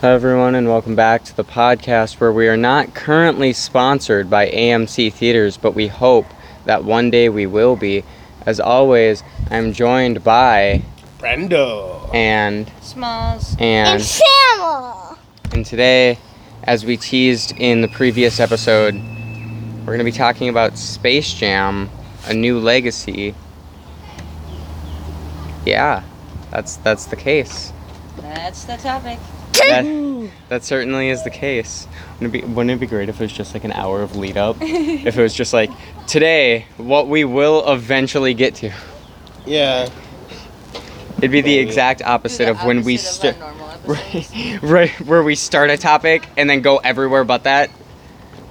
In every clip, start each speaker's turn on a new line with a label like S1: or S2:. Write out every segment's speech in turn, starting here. S1: Hi, everyone, and welcome back to the podcast where we are not currently sponsored by AMC Theaters, but we hope that one day we will be. As always, I'm joined by
S2: Brendo.
S1: and
S3: Smalls.
S1: and
S4: and Samuel.
S1: and today, as we teased in the previous episode, we're going to be talking about Space Jam: A New Legacy. Yeah, that's that's the case.
S3: That's the topic.
S1: That, that certainly is the case. Wouldn't it, be, wouldn't it be great if it was just like an hour of lead up? if it was just like, today, what we will eventually get to.
S2: Yeah.
S1: It'd be the exact opposite of when we start. Right, right, where we start a topic and then go everywhere but that.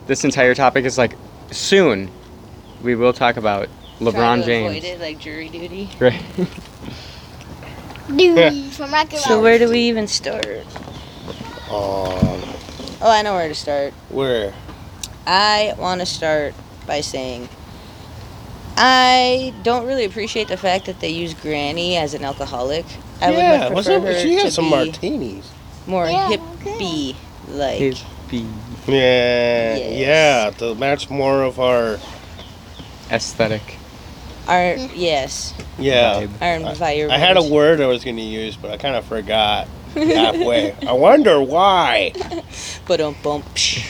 S1: This entire topic is like, soon, we will talk about LeBron James.
S3: like jury duty.
S1: Right.
S4: Dewey from Rocket
S3: So where do we even start?
S2: Um,
S3: Oh, I know where to start.
S2: where?
S3: I want to start by saying I don't really appreciate the fact that they use Granny as an alcoholic. I would
S2: yeah,
S3: much
S2: what's
S3: prefer
S2: up? with- She
S3: her
S2: had
S3: to
S2: some
S3: be
S2: martinis.
S3: more
S4: Yeah,
S3: hippie like.
S1: His be
S2: Yeah,
S3: Yes.
S2: yeah, to match more of our
S1: aesthetic
S3: Our yes,
S2: yeah.
S1: vibe.
S3: our environment.
S2: I had a word I was gonna use, but I kind of forgot halfway. I wonder why.
S3: But um, bump. psh.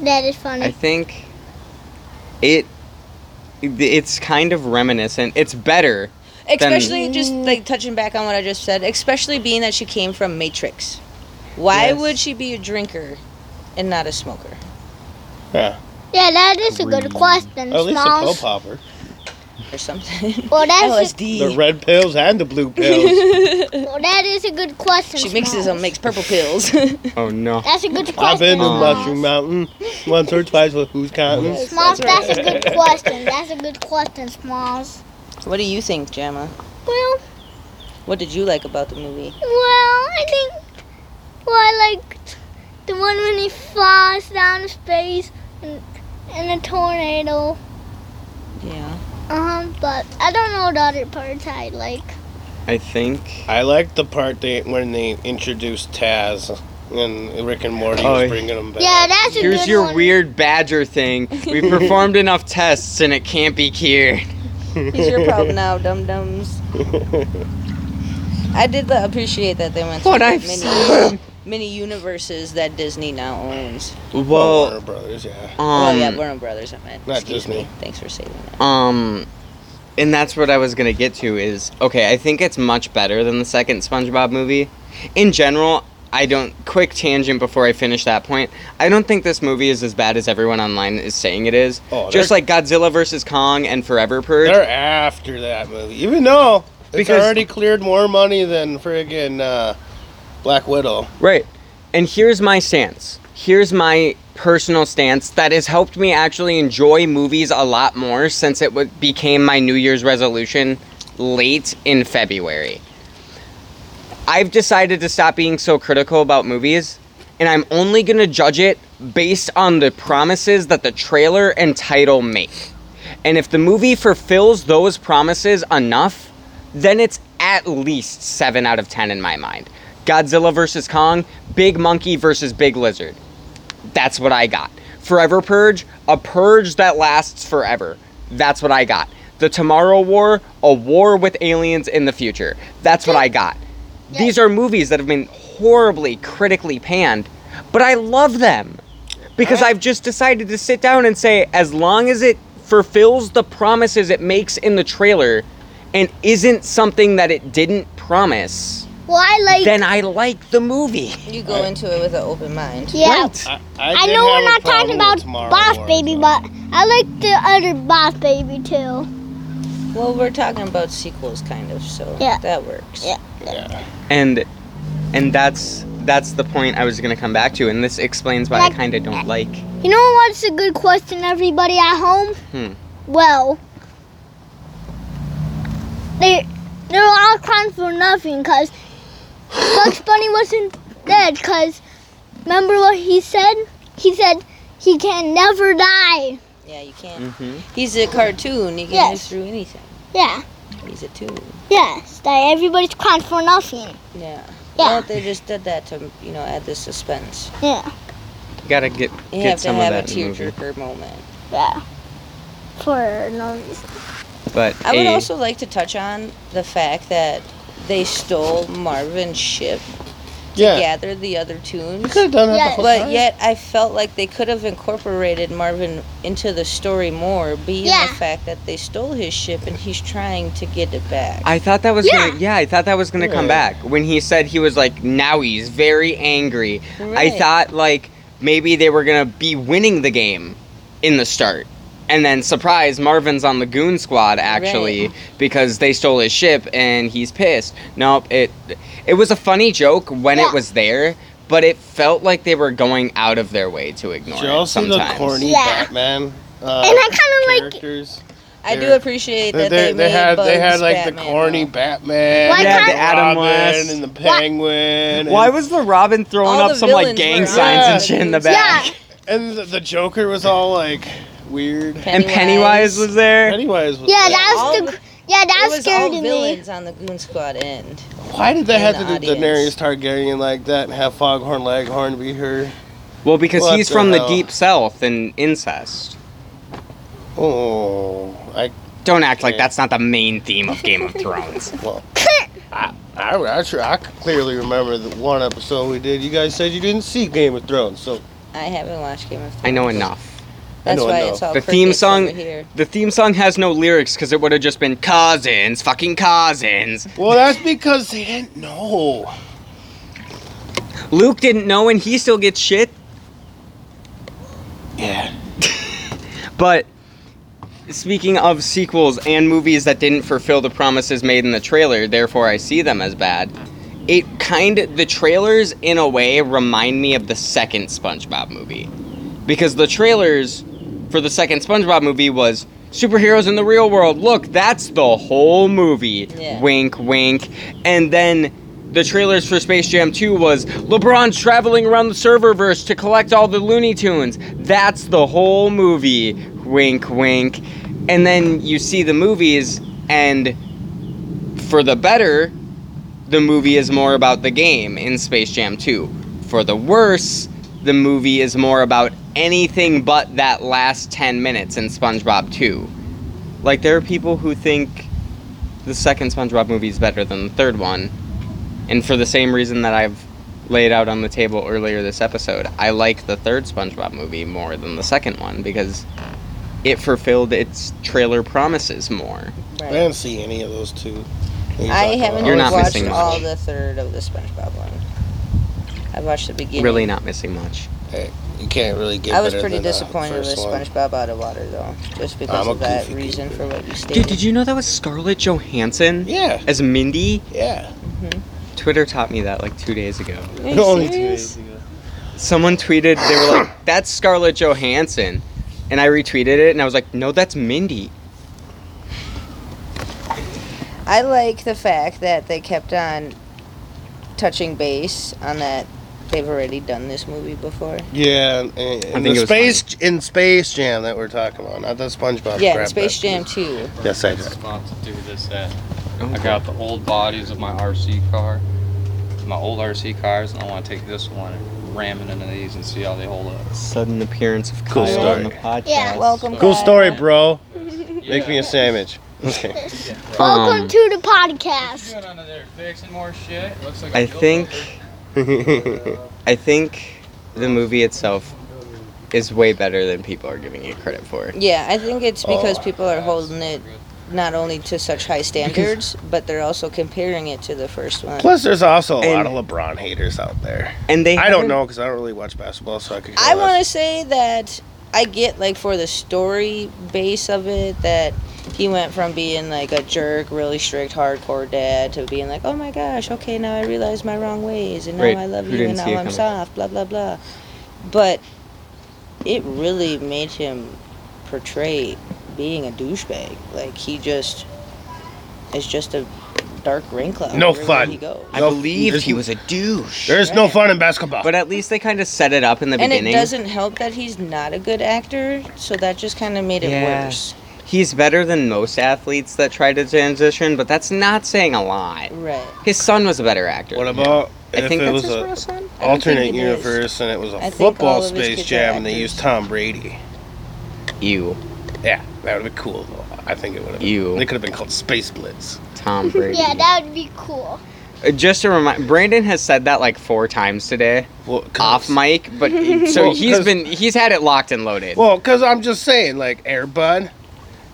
S4: That is funny.
S1: I think it it's kind of reminiscent. It's better.
S3: Especially just like touching back on what I just said, especially being that she came from Matrix. Why
S1: Yes.
S3: would she be a drinker and not a smoker?
S4: yeah, that is a good question,
S2: Oh, At least a pill
S4: Smalls.
S2: popper.
S3: Or something.
S4: Well, that's a,
S2: The
S3: LSD.
S2: red pills and the blue pills.
S4: well, that is a good question.
S3: She mixes
S4: Smalls.
S3: them, makes purple pills.
S1: Oh no.
S4: That's a good question.
S2: I've been to
S1: Aw.
S2: Mushroom Mountain once or twice with who's counting.
S4: Smalls, that's a good question. That's a good question, Smalls.
S3: what do you think, Gemma?
S4: Well,
S3: What did you like about the movie?
S4: well, I think well, I liked the one when he flies down to space and in a tornado.
S3: Yeah.
S4: Um, but I don't know the other parts I like.
S1: I think
S2: I like the part they when they introduced Taz and Rick and Morty
S1: Oh, yeah.
S2: was bringing them back.
S4: Yeah, that's a good
S1: here's your
S4: one.
S1: weird badger thing. We performed enough tests and it can't be cured.
S3: He's your problem now, dum dums. I did li- appreciate that they went through
S1: What
S3: the
S1: I've
S3: many, many universes that Disney now owns.
S2: Warner
S1: Well,
S2: Brothers, yeah.
S3: oh yeah,
S1: um,
S3: Warner Brothers. I meant.
S2: Not
S3: Excuse
S2: Disney.
S3: me. Thanks for saving that.
S1: um, and that's what I was gonna get to is okay. I think it's much better than the second SpongeBob movie. In general, I don't. Quick tangent before I finish that point. I don't think this movie is as bad as everyone online is saying it is.
S2: Oh,
S1: Just
S2: they're-
S1: like Godzilla versus Kong and Forever Purge.
S2: They're after that movie, even though it's
S1: Because-
S2: already cleared more money than friggin' uh, Black Widow.
S1: Right. And here's my stance. Here's my personal stance that has helped me actually enjoy movies a lot more since it w- became my New Year's resolution late in February. I've decided to stop being so critical about movies, and I'm only going to judge it based on the promises that the trailer and title make. And if the movie fulfills those promises enough, then it's at least 7 out of 10 in my mind. Godzilla vs. Kong, Big Monkey versus Big Lizard. That's what I got. Forever Purge, a purge that lasts forever. That's what I got. The Tomorrow War, a war with aliens in the future. That's what I got. These are movies that have been horribly critically panned, but I love them because I've just decided to sit down and say, as long as it fulfills the promises it makes in the trailer and isn't something that it didn't promise,
S4: Well, I like.
S1: then I like the movie.
S3: You go into it with an open mind.
S4: yeah.
S1: Right.
S3: Uh,
S2: I,
S4: I
S2: did
S4: know
S2: have
S4: we're
S2: a
S4: not
S2: problem
S4: talking about
S2: with Tomorrow
S4: Boss
S2: War,
S4: Baby,
S2: so-
S4: but I like the other Boss Baby too.
S3: Well, we're talking about sequels, kind of, so
S4: Yeah.
S3: that works.
S4: Yeah.
S2: yeah.
S1: And and that's that's the point I was gonna come back to, and this explains why I
S4: Like-
S1: kinda don't like.
S4: You know what's a good question, everybody at home?
S1: Hmm.
S4: Well, they they're all crimes for nothing because Bugs Bunny wasn't dead. Because remember what he said? He said he can never die.
S3: Yeah, you can't.
S1: Mm-hmm.
S3: He's a cartoon. You can
S4: Yes.
S3: yes. through anything.
S4: Yeah.
S3: He's a tune.
S4: Yes. That everybody's crimes for nothing.
S3: Yeah.
S4: Yeah.
S3: Well, they just did that to you know add the suspense.
S4: Yeah.
S1: You gotta get
S3: You
S1: get
S3: have to
S1: some of
S3: have a
S1: that in the movie.
S3: tearjerker moment.
S4: Yeah. For no reason.
S1: But
S3: I would
S1: a-
S3: also like to touch on the fact that they stole Marvin's ship to
S2: Yeah.
S3: gather the other
S2: You
S3: tunes.
S2: could have done that
S4: Yeah,
S2: the whole
S3: But
S2: time.
S3: yet, I felt like they could have incorporated Marvin into the story more, being
S4: Yeah.
S3: the fact that they stole his ship and he's trying to get it back.
S1: I thought that was
S4: Yeah.
S1: gonna yeah, I thought that was gonna come
S2: Yeah.
S1: back. When he said he was like now he's very angry. I
S3: Right.
S1: thought like maybe they were gonna be winning the game in the start. And then surprise, Marvin's on the goon squad actually because they stole his ship and he's pissed. Nope, it it was a funny joke when
S4: Yeah.
S1: it was there, but it felt like they were going out of their way to ignore
S2: Did y'all
S1: it
S2: see
S1: sometimes.
S2: the corny
S4: Yeah.
S2: Batman? Uh,
S4: and I kind of like.
S2: characters.
S3: I do
S2: They're-
S3: appreciate
S2: They,
S3: that
S2: they,
S3: they,
S2: they
S3: made
S2: had they had
S3: Bugs
S2: like the
S3: Batman,
S2: corny
S3: though.
S2: Batman,
S4: Why
S2: and
S4: Yeah,
S1: the Adam
S2: Robin
S1: West.
S2: and the Penguin.
S1: Why
S2: and-
S1: was the Robin throwing
S3: All
S1: up
S3: the
S1: some like
S3: villains
S1: gang
S3: were
S1: signs
S2: on
S1: and
S2: the
S1: shit in the
S3: goons.
S1: back?
S4: Yeah.
S2: and the, the Joker was all like weird.
S1: And Pennywise was there.
S2: Pennywise was.
S4: Yeah,
S2: like-
S4: that
S3: all
S4: was the.
S3: the-
S4: gr- Yeah, that
S3: It was
S4: scared
S3: all
S4: me.
S3: villains on the Goon Squad end.
S2: Why did they
S3: in
S2: have
S3: the
S2: to do Daenerys
S3: audience.
S2: Targaryen like that and have Foghorn Leghorn be her?
S1: Well, because
S2: What
S1: he's
S2: the
S1: from
S2: hell?
S1: the deep south and incest.
S2: Oh, I
S1: Don't act like
S2: Okay.
S1: that's not the main theme of Game of Thrones.
S2: well, I I, I, sure, I clearly remember the one episode we did. You guys said you didn't see Game of Thrones, so
S3: I haven't watched Game of Thrones.
S1: I know enough.
S3: That's
S2: I know
S3: why
S2: enough.
S3: it's all
S1: The theme
S3: crickets
S1: song-
S3: over here.
S1: The theme song has no lyrics because it would have just been cousins, fucking cousins.
S2: well that's because they didn't know.
S1: Luke didn't know and he still gets shit,
S2: Yeah.
S1: but speaking of sequels and movies that didn't fulfill the promises made in the trailer, therefore I see them as bad. It kind of the trailers in a way remind me of the second SpongeBob movie. because the trailers for the second SpongeBob movie was superheroes in the real world. Look, that's the whole movie.
S3: Yeah.
S1: Wink, wink. And then the trailers for Space Jam 2 was LeBron's traveling around the serververse to collect all the Looney Tunes. That's the whole movie. Wink, wink. And then you see the movies, and for the better, the movie is more about the game in Space Jam 2. For the worse, the movie is more about anything but that last 10 minutes in SpongeBob 2. Like, there are people who think the second SpongeBob movie is better than the third one. And for the same reason that I've laid out on the table earlier this episode, I like the third SpongeBob movie more than the second one because it fulfilled its trailer promises more.
S2: I
S3: Right.
S2: didn't see any of those two. "Oh, things
S3: I
S2: talked
S3: haven't
S2: about.
S1: You're not
S3: watched
S1: missing much.
S3: all the third of the SpongeBob one. I watched the beginning.
S1: Really not missing much.
S2: You can't really get.
S3: I was
S2: better
S3: pretty
S2: than the
S3: disappointed with
S2: first one.
S3: SpongeBob Out of Water though, just because
S2: I'm a
S3: of that
S2: goofy
S3: reason
S2: geezer.
S3: for what you stated.
S1: Dude, did you know that was Scarlett Johansson
S2: Yeah,
S1: as Mindy?
S2: yeah.
S1: Twitter taught me that like two days ago.
S3: Are you
S2: Only two days
S3: serious?
S2: ago.
S1: Someone tweeted, they were like, that's Scarlett Johansson. And I retweeted it and I was like, no, that's Mindy.
S3: I like the fact that they kept on touching base on that they've already done this movie before.
S2: Yeah, and, and
S1: think
S2: the
S1: it was
S2: space in Space Jam that weam talking about, not the SpongeBob.
S3: yeah,
S2: crap
S3: and Space
S2: that-
S3: Jam 2.
S2: Yes, I
S5: was
S2: did.
S5: about to do this at.
S1: Oh
S5: I got the old bodies of my RC car, my old RC cars, and I want to take this one and ram it into these and see how they hold up.
S1: Sudden appearance of
S2: Cool
S1: Kyle on
S2: story.
S1: the podcast.
S4: Yeah.
S3: Welcome.
S2: Cool
S3: Kyle.
S2: story, bro.
S5: Yeah.
S2: Make me a sandwich. Okay.
S4: Welcome
S1: Um,
S4: to the
S5: What you
S4: podcast.
S5: doing under there? Fixing more shit? Looks like a
S1: I
S5: built
S1: think,
S5: over.
S1: I think the movie itself is way better than people are giving it credit for.
S3: Yeah, I think it's because
S2: Oh.
S3: people are holding it not only to such high standards, but they're also comparing it to the first one.
S2: Plus, there's also a lot
S1: And-
S2: of LeBron haters out there.
S1: And they
S2: I don't
S1: haven't-
S2: know because I don't really watch basketball, so I could.
S3: I want to say that I get like for the story base of it that he went from being like a jerk, really strict, hardcore dad to being like, oh my gosh, okay, now I realize my wrong ways and now
S1: Right,
S3: I love
S1: who
S3: you
S1: didn't
S3: and now
S1: see it
S3: I'm
S1: coming?
S3: soft, blah blah blah. But it really made him portray being a douchebag. Like he just is just a dark rain cloud.
S2: No
S3: everywhere
S2: fun.
S3: He goes.
S1: I
S2: No,
S1: believed
S2: there's-
S1: he was a douche.
S2: There's no fun in basketball.
S1: But at least they kind of set it up in the
S3: And
S1: beginning.
S3: it doesn't help that he's not a good actor, so that just kind of made it
S1: Yeah.
S3: worse.
S1: He's better than most athletes that try to transition, but that's not saying a lot.
S3: Right.
S1: His son was a better actor.
S2: what
S1: than
S2: about
S1: I
S2: If
S1: think
S2: it
S1: that's
S2: was
S1: his
S2: a
S1: last name. I don't think
S2: alternate
S1: it is.
S2: universe and it was a
S3: I think all
S2: football
S3: of his
S2: space
S3: kids are
S2: jam and they
S3: actors.
S2: used Tom Brady.
S1: Ew,
S2: Yeah, that would have been cool though. I think it would have.
S1: Ew.
S2: They could have been called Space Blitz.
S1: Tom Brady.
S4: Yeah, that would be cool.
S1: Uh, Just to remind, Brandon has said that like four times today,
S2: Well, 'cause-
S1: off mic. But so
S2: Well,
S1: he's
S2: 'cause-
S1: been he's had it locked and loaded.
S2: Well, because I'm just saying, like Airbud,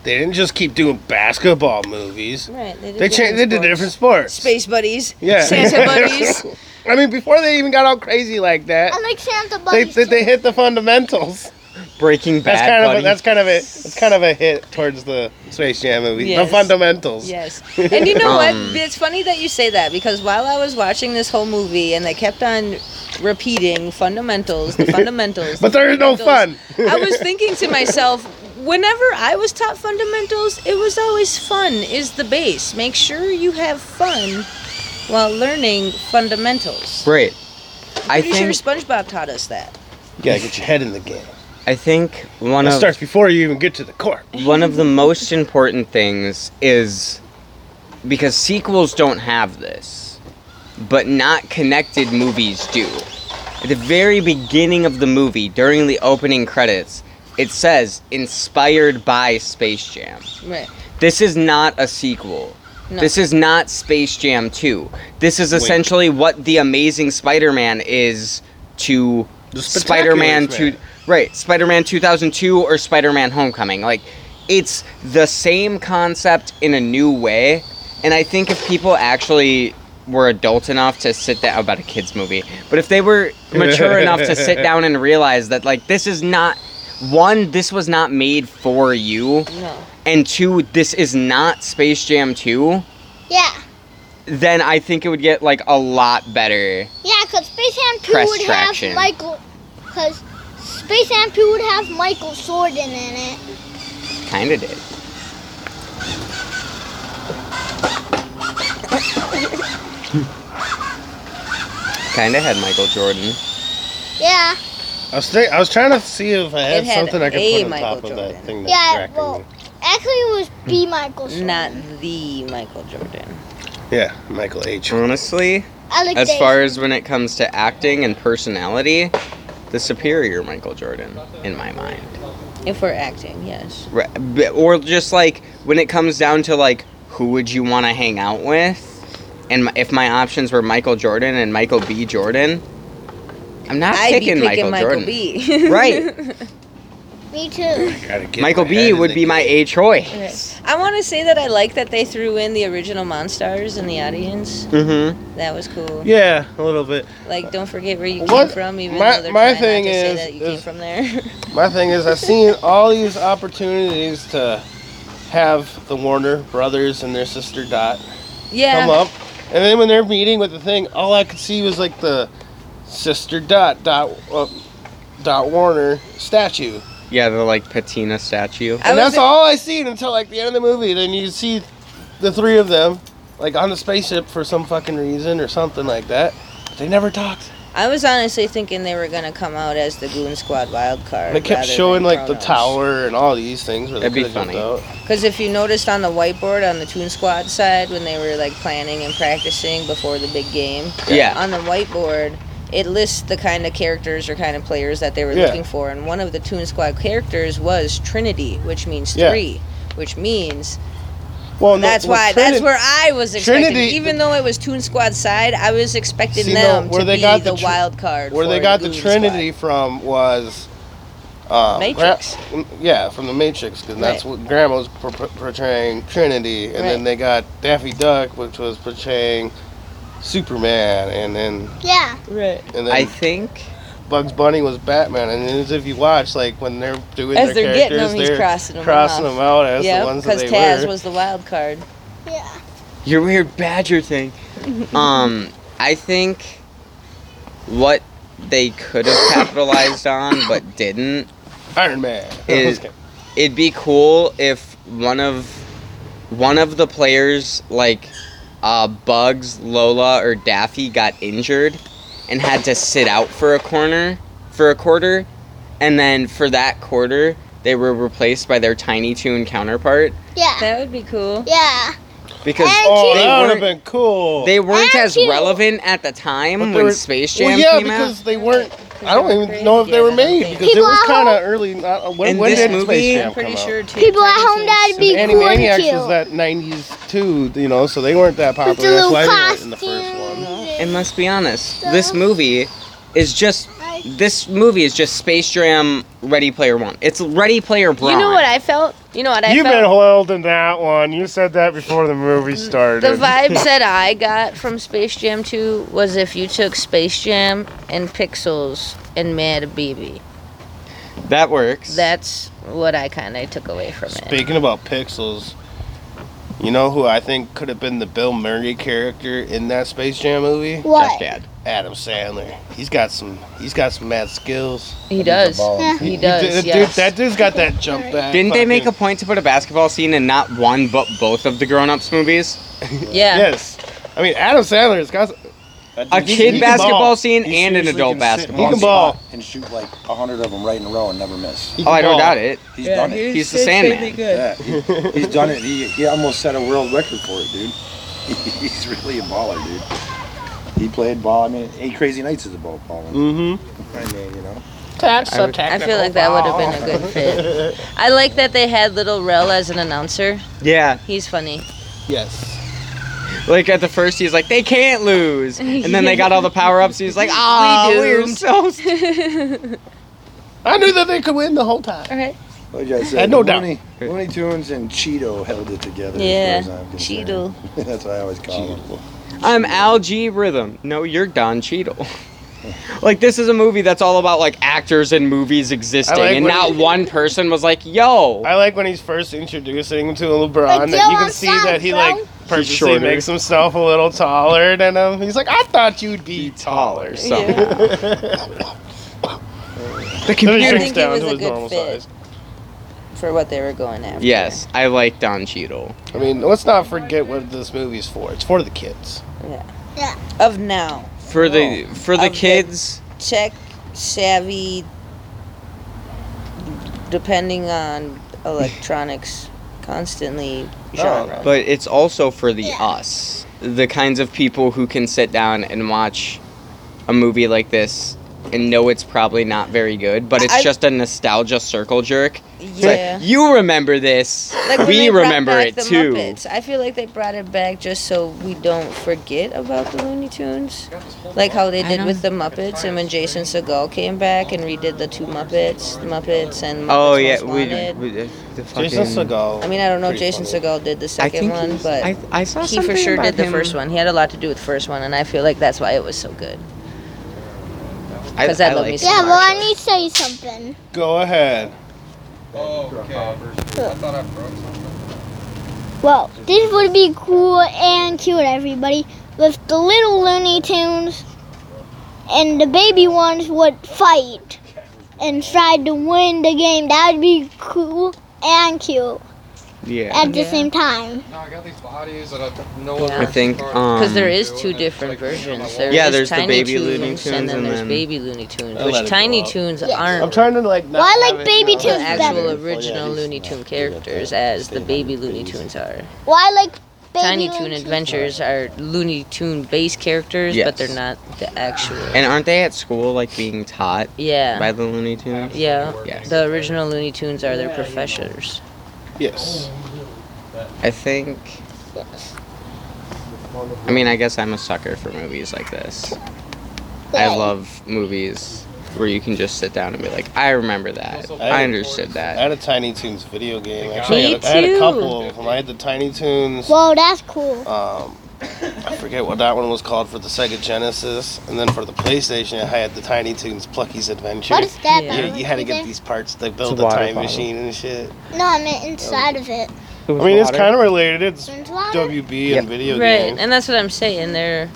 S2: they didn't just keep doing basketball movies.
S3: Right. They did,
S2: They changed. They did
S3: sports.
S2: different sports.
S3: Space buddies.
S2: Yeah.
S3: Santa buddies.
S2: I mean, before they even got all crazy like that,
S4: I like Santa
S2: they,
S4: Buddies.
S2: they, they
S4: too.
S2: hit the fundamentals.
S1: Breaking Bad.
S2: That's kind
S1: buddy.
S2: of a, that's kind of a that's kind of a hit towards the Space Jam movie.
S3: Yes.
S2: The fundamentals.
S3: Yes. And you know
S1: Um,
S3: what? It's funny that you say that because while I was watching this whole movie and they kept on repeating fundamentals, the fundamentals.
S2: But
S3: the
S2: there is no fun.
S3: fundamentals, I was thinking to myself, whenever I was taught fundamentals, it was always fun is the base. Make sure you have fun while learning fundamentals.
S1: Great. I
S3: Pretty sure
S1: think
S3: SpongeBob taught us that.
S2: Yeah, get your head in the game.
S1: I think one
S2: It
S1: of
S2: starts before you even get to the court.
S1: one of the most important things is because sequels don't have this, but not connected movies do. At the very beginning of the movie, during the opening credits, it says inspired by Space Jam.
S3: Right.
S1: This is not a sequel.
S3: No.
S1: This is not Space Jam 2. This is essentially what The Amazing Spider-Man is to
S2: The Spectacular
S1: Spider-Man to
S2: Spider-Man.
S1: right, Spider-Man 2002 or Spider-Man Homecoming. Like it's the same concept in a new way, and I think if people actually were adult enough to sit down about a kids movie, but if they were mature enough to sit down and realize that like this is not one this was not made for you
S3: No.
S1: and two, this is not Space Jam 2,
S4: Yeah.
S1: then I think it would get like a lot better.
S4: Yeah, because Space Jam 2
S1: Press
S4: would
S1: traction.
S4: have Michael. Because Space Jam 2 would have Michael Jordan in it.
S1: Kind of did. kind of had Michael Jordan.
S4: Yeah.
S2: I was thi- I was trying to see if I had,
S3: It had
S2: something I could
S3: a
S2: put on
S3: Michael
S2: top of
S3: Jordan.
S2: that thing. That's
S4: Yeah,
S2: cracking
S4: well, actually, it was
S2: Hmm.
S4: B. Michael Jordan.
S3: Not the Michael Jordan.
S2: me. yeah, Michael H.
S1: Honestly,
S4: I like
S1: as
S4: Dave.
S1: far as when it comes to acting and personality, the superior Michael Jordan in my mind.
S3: If we're acting, yes.
S1: Re- b- or just like when it comes down to like who would you want to hang out with and my, if my options were michael jordan and michael b jordan i'm not
S3: I'd be
S1: picking,
S3: picking
S1: michael,
S3: Michael,
S1: jordan
S3: B.
S1: Right.
S4: Me too.
S2: Gotta get
S1: michael
S2: my head
S1: b
S2: in
S1: would
S2: the
S1: be my
S2: game.
S1: a choice
S3: I want to say that I like that they threw in the original Monstars in the audience.
S1: mm-hmm
S3: That was cool.
S2: Yeah, a little bit.
S3: Like, don't forget where you came
S2: What-
S3: from, even
S2: my-
S3: though they're
S2: my
S3: trying
S2: thing
S3: not to
S2: is-
S3: say that you
S2: is-
S3: came from there.
S2: My thing is, I've seen all these opportunities to have the Warner brothers and their sister Dot
S3: yeah.
S2: come up, and then when they're meeting with the thing, all I could see was like the sister Dot Dot uh, Dot Warner statue,
S1: yeah the like patina statue
S3: I
S2: and
S3: was
S2: that's
S3: a-
S2: all I seen until like the end of the movie. Then you see the three of them like on the spaceship for some fucking reason or something like that. But they never talked.
S3: I was honestly thinking they were going to come out as the Goon Squad wild card.
S2: They kept showing like the tower and all these things. Where they
S1: That'd be
S2: could've jumped
S1: funny.
S2: out.
S3: Because if you noticed on the whiteboard on the Toon Squad side, when they were like planning and practicing before the big game,
S1: Yeah.
S3: on the whiteboard, it lists the kind of characters or kind of players that they were
S2: Yeah.
S3: looking for. And one of the Toon Squad characters was Trinity, which means
S2: Yeah.
S3: three, which means
S2: Well, no,
S3: that's
S2: well,
S3: why
S2: Trinity-
S3: that's where I was expecting.
S2: Trinity-
S3: Even though it was Toon Squad side, I was expecting
S2: See, no,
S3: them
S2: where
S3: to
S2: they
S3: be
S2: got the
S3: the,
S2: tr-
S3: wild card.
S2: where
S3: for
S2: they got the
S3: Goon
S2: Trinity from was uh,
S3: Matrix.
S2: Gra- yeah, from the Matrix, because that's what Grandma was por- por- portraying Trinity, and then
S3: Right.
S2: they got Daffy Duck, which was portraying Superman, and then
S4: Yeah.
S3: Squad. Right.
S2: and then
S1: i think
S2: Bugs Bunny was Batman, and as if you watch, like when they're doing
S3: As
S2: their
S3: they're getting
S2: characters,
S3: them, he's
S2: they're
S3: crossing them
S2: crossing
S3: off.
S2: them out as the
S3: Yeah,
S2: ones that
S3: because
S2: they
S3: Taz
S2: were.
S3: was the wild card.
S4: Yeah.
S1: your weird badger thing um i think what they could have capitalized on but didn't
S2: Iron Man.
S1: is-
S2: Okay.
S1: it'd be cool if one of one of the players like uh, Bugs, Lola, or Daffy got injured and had to sit out for a corner for a quarter, and then for that quarter they were replaced by their Tiny Toon counterpart.
S4: Yeah.
S3: That would be cool.
S4: Yeah.
S1: because
S4: And
S2: Oh,
S4: They
S2: that would
S1: weren't-
S2: have been cool.
S1: they weren't
S4: And
S1: as
S4: cute.
S1: relevant at the time
S2: But they
S1: when
S2: were-
S1: Space Jam
S2: well, yeah,
S1: came
S2: because
S1: out.
S2: they weren't. I don't even know if they were made because it
S4: People
S2: was
S4: at
S2: kind of
S4: home-
S2: early. Not, when
S1: And
S2: when
S1: this
S2: did
S1: movie-
S2: Space Jam
S1: I'm
S3: I'm pretty
S2: come out?
S3: sure too.
S4: People at home that'd be
S2: And
S4: cool and
S2: Animaniacs
S4: cute.
S2: was that '90s too, you know, so they weren't that
S4: With
S2: popular.
S4: the
S2: That's
S4: little
S2: why they weren't
S4: costumes.
S2: in the first one.
S1: And let's be honest,
S4: So-
S1: this movie is just this movie is just Space Jam Ready Player One. It's Ready Player Brawn.
S6: You know what I felt? You know what I
S7: You've been
S6: felt?
S7: held in that one. You said that before the movie started.
S6: The vibes that I got from Space Jam 2 was if you took Space Jam and Pixels and Mad BB.
S1: that works.
S6: That's what I kind of took away from it.
S2: Speaking about pixels, you know who I think could have been the Bill Murray character in that Space Jam movie?
S1: Just
S4: What?
S1: Dad.
S2: Adam Sandler. He's got some. He's got some mad skills.
S6: He does.
S4: Yeah.
S6: He
S2: Dude,
S6: does.
S2: dude,
S6: Yes.
S2: that dude's got that jump back.
S1: Didn't they make a
S2: fucking-
S1: point to put a basketball scene in not one but both of the Grown Ups movies?
S6: yeah.
S2: Yes. I mean, Adam Sandler's got.
S1: A
S2: He-
S1: kid
S2: he can
S1: basketball
S2: ball.
S1: scene and an adult basketball.
S2: He can
S1: scene.
S2: ball.
S8: and shoot like a hundred of them right in a row and never miss.
S2: He
S1: Oh,
S2: can
S1: I don't
S2: ball.
S1: doubt it.
S8: He's done it.
S1: He's the Sandman.
S8: Yeah, he, he's done it. He, he almost set a world record for it, dude. he's really a baller, dude. He played ball. I mean, eight crazy nights is a ball baller.
S2: Mm-hmm.
S8: I mean, you know.
S2: That's so
S6: I feel like that would have been a good fit. I like that they had Little Rel as an announcer.
S1: Yeah,
S6: He's funny.
S2: Yes.
S1: like at the first he's like they can't lose, and then they got all the power ups. He's like, ah,
S6: We
S1: we're
S6: doomed."
S1: so. st-"
S2: I knew that they could win the whole time.
S8: Like I said,
S2: And no doubt.
S8: Looney, Looney Tunes and Cheeto held it together.
S6: Yeah,
S8: as far as I'm concerned.
S6: Cheeto.
S8: That's what I always call him.
S1: I'm Al G Rhythm. No, you're Don Cheadle. like this is a movie that's all about like actors and movies existing,
S2: like
S1: and
S2: when
S1: not
S2: he-
S1: one person was like, yo.
S2: I like when he's first introducing to LeBron that
S4: Like,
S2: you
S4: yo,
S2: can
S4: I'm
S2: see
S4: sorry,
S2: that he
S4: bro.
S2: like purposely
S1: shorter.
S2: makes himself a little taller than him. He's like, I thought you'd be taller.
S1: So the
S2: Then he
S1: computer.
S2: shrinks
S3: think he
S2: down
S3: was
S2: to
S3: a
S2: his
S3: good
S2: normal
S3: fit.
S2: size.
S3: for what they were going after.
S1: Yes, I like Don Cheadle.
S2: I mean, let's not forget what this movie's for. It's for the kids.
S3: Of now,
S1: For the
S2: Oh,
S1: for the
S3: Of the-
S1: kids,
S3: tech savvy, depending on electronics, constantly genre.
S1: Oh, but it's also for the us, the kinds of people who can sit down and watch a movie like this and know it's probably not very good, but it's
S3: I-
S1: just a nostalgia circle jerk. It's like,
S6: Yeah.
S1: you remember this.
S3: when
S1: we
S3: they brought
S1: remember
S3: back
S1: it
S3: the
S1: too.
S3: Muppets, I feel like they brought it back just so we don't forget about the Looney Tunes, like how they did with the Muppets, and when Jason Segal came back and redid the two Muppets, Muppets and Muppets
S1: Oh yeah,
S3: Most
S1: we,
S3: Wanted.
S1: we uh, the fucking.
S2: Jason Segal.
S3: I mean, I don't know if
S2: Pretty
S3: Jason
S2: funny.
S3: Segal did the
S1: I
S3: second
S1: think
S3: one,
S1: he's-
S3: but
S1: I, I saw
S3: he for
S1: something
S3: sure
S1: about
S3: did the
S1: him.
S3: first one. He had a lot to do with the first one, and I feel like that's why it was so good.
S1: I-
S3: 'Cause that
S1: I
S3: let
S1: like
S3: me
S1: it.
S3: see.
S4: Yeah, well, I need to say something.
S2: Go ahead.
S5: Oh, okay. I thought I broke something.
S4: Well, this would be cool and cute, everybody. If the little Looney Tunes and the baby ones would fight and try to win the game, that would be cool and cute
S1: Yeah.
S4: at the same time.
S5: No, I got these bodies that I know.
S6: Yeah.
S1: I think
S6: Because
S1: um,
S6: there is two different versions. There
S1: Yeah,
S6: is
S1: there's the
S6: Tiny
S1: baby
S6: Toons,
S1: Looney Tunes
S6: and then
S1: and
S6: there's
S1: then-
S6: Baby Looney Tunes,
S2: I let it
S6: which
S2: go
S6: Tiny
S2: up.
S6: Tunes
S2: I'm
S6: aren't
S2: trying to like. not
S4: Well, I
S2: have
S4: like
S2: it,
S4: Baby
S2: you know,
S4: Tunes
S6: the
S4: Tunes
S6: actual
S4: better.
S6: original Looney Tune characters as the Baby Looney Tunes are.
S4: Well, I like baby
S6: Tiny
S4: Looney
S6: Toon
S4: Tunes.
S6: Adventures are Looney Tune based characters, but they're
S1: Yes.
S6: not the actual.
S1: And aren't they at school like being taught
S6: Yeah.
S1: by the Looney Tunes?
S6: yeah.
S1: Yes.
S6: The original Looney Tunes are their professors.
S2: Yes.
S1: I think. I mean, I guess I'm a sucker for movies like this. I love movies where you can just sit down and be like, I remember that. I understood
S2: I
S1: that.
S2: had a Tiny Toons video game.
S5: Me
S2: Actually, I had, a- I had
S6: too.
S2: a couple of them. I had the Tiny Toons.
S4: Whoa, that's cool.
S2: Um, I forget what that one was called for the Sega Genesis, and then for the PlayStation, I had the Tiny Toons Plucky's Adventure.
S4: What is that?
S6: Yeah.
S4: that
S2: You,
S4: was
S2: you had to
S4: right
S2: get
S4: there?
S2: these parts to build
S1: It's a
S2: the
S1: water
S2: time
S1: bottle.
S2: machine and shit.
S4: No, I meant inside of it.
S2: I mean, it's kind of related. It's
S4: There's water.
S2: WB
S1: Yep.
S2: and video
S6: Right,
S2: games.
S6: and that's what I'm saying. They're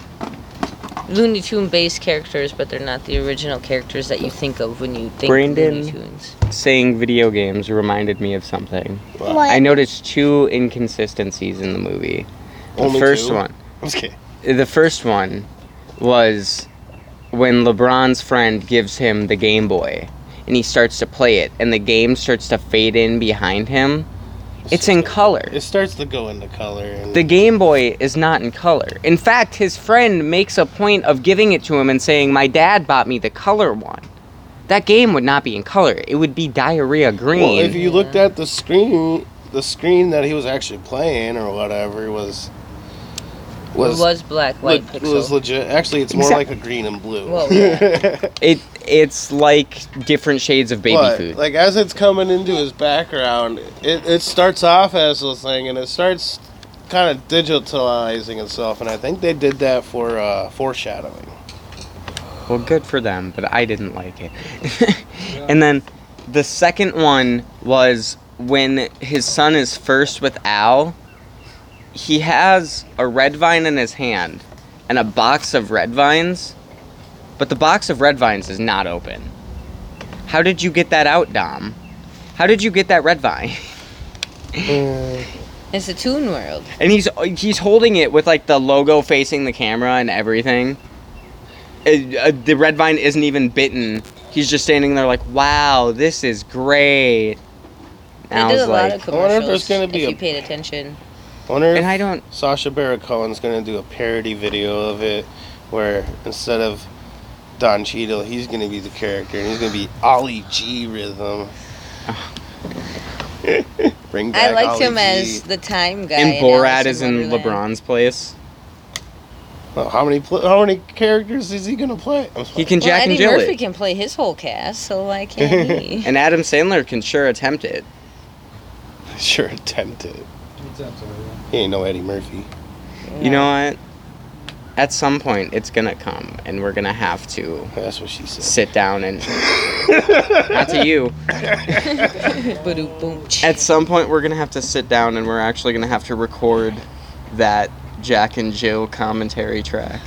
S6: Looney Tune based characters, but they're not the original characters that you think of when you think
S1: Brandon.
S6: Looney Tunes.
S1: saying video games reminded me of something.
S4: What?
S1: I noticed two inconsistencies in the movie. The
S2: Only
S1: first
S2: two?
S1: one.
S2: Okay.
S1: The first one was when LeBron's friend gives him the Game Boy and he starts to play it and the game starts to fade in behind him It's in color.
S2: It starts to go into color. And
S1: The Game Boy is not in color. In fact, his friend makes a point of giving it to him and saying, My dad bought me the color one. That game would not be in color. It would be diarrhea green.
S2: well, if you looked at the screen, the screen that he was actually playing or whatever was
S6: it
S2: was
S6: was black,
S2: le-
S6: white
S2: it
S6: pixel.
S2: was legit. Actually, it's more
S1: Exact-
S2: like a green and blue.
S6: Well, yeah.
S1: it it's like different shades of baby
S2: But,
S1: food.
S2: Like as it's coming into his background, it, it starts off as this thing, and it starts kind of digitalizing itself. And I think they did that for uh, foreshadowing.
S1: Well, good for them, but I didn't like it. and then the second one was when his son is first with Al, he has a red vine in his hand and a box of red vines, but the box of red vines is not open. How did you get that out, Dom? How did you get that red vine?
S6: it's a Toon World.
S1: and he's he's holding it with like the logo facing the camera and everything. It- uh, the red vine isn't even bitten. He's just standing there like, "Wow, this is great." And I
S6: they did
S1: was
S6: a
S1: like,
S6: lot of
S2: I wonder if
S6: commercials.
S2: there's gonna be
S6: if
S2: a-
S6: you paid attention.
S2: I wonder
S1: and
S2: if
S1: I don't.
S2: Sasha Baron Cohen's gonna do a parody video of it, where instead of Don Cheadle, he's gonna be the character, and he's gonna be Ollie G rhythm. Bring back
S6: I liked
S2: Ollie
S6: him
S2: G.
S6: as the time guy.
S1: And
S6: in
S1: Borat
S6: Alice
S1: is in
S6: Wonderland.
S1: LeBron's place.
S2: Well, how many pl- how many characters is he gonna play? I'm
S1: He can
S6: Well,
S1: Jack
S6: Eddie
S1: and Jill
S6: Murphy
S1: it.
S6: can play his whole cast, so why can't he?
S1: And Adam Sandler can sure attempt it.
S2: sure attempted. He ain't no Eddie Murphy.
S1: You know what? At some point, it's gonna come, and we're gonna have to
S2: That's what she said.
S1: sit down and. not to you.
S6: Ba-doop-boom.
S1: At some point, we're gonna have to sit down and we're actually gonna have to record that Jack and Jill commentary track.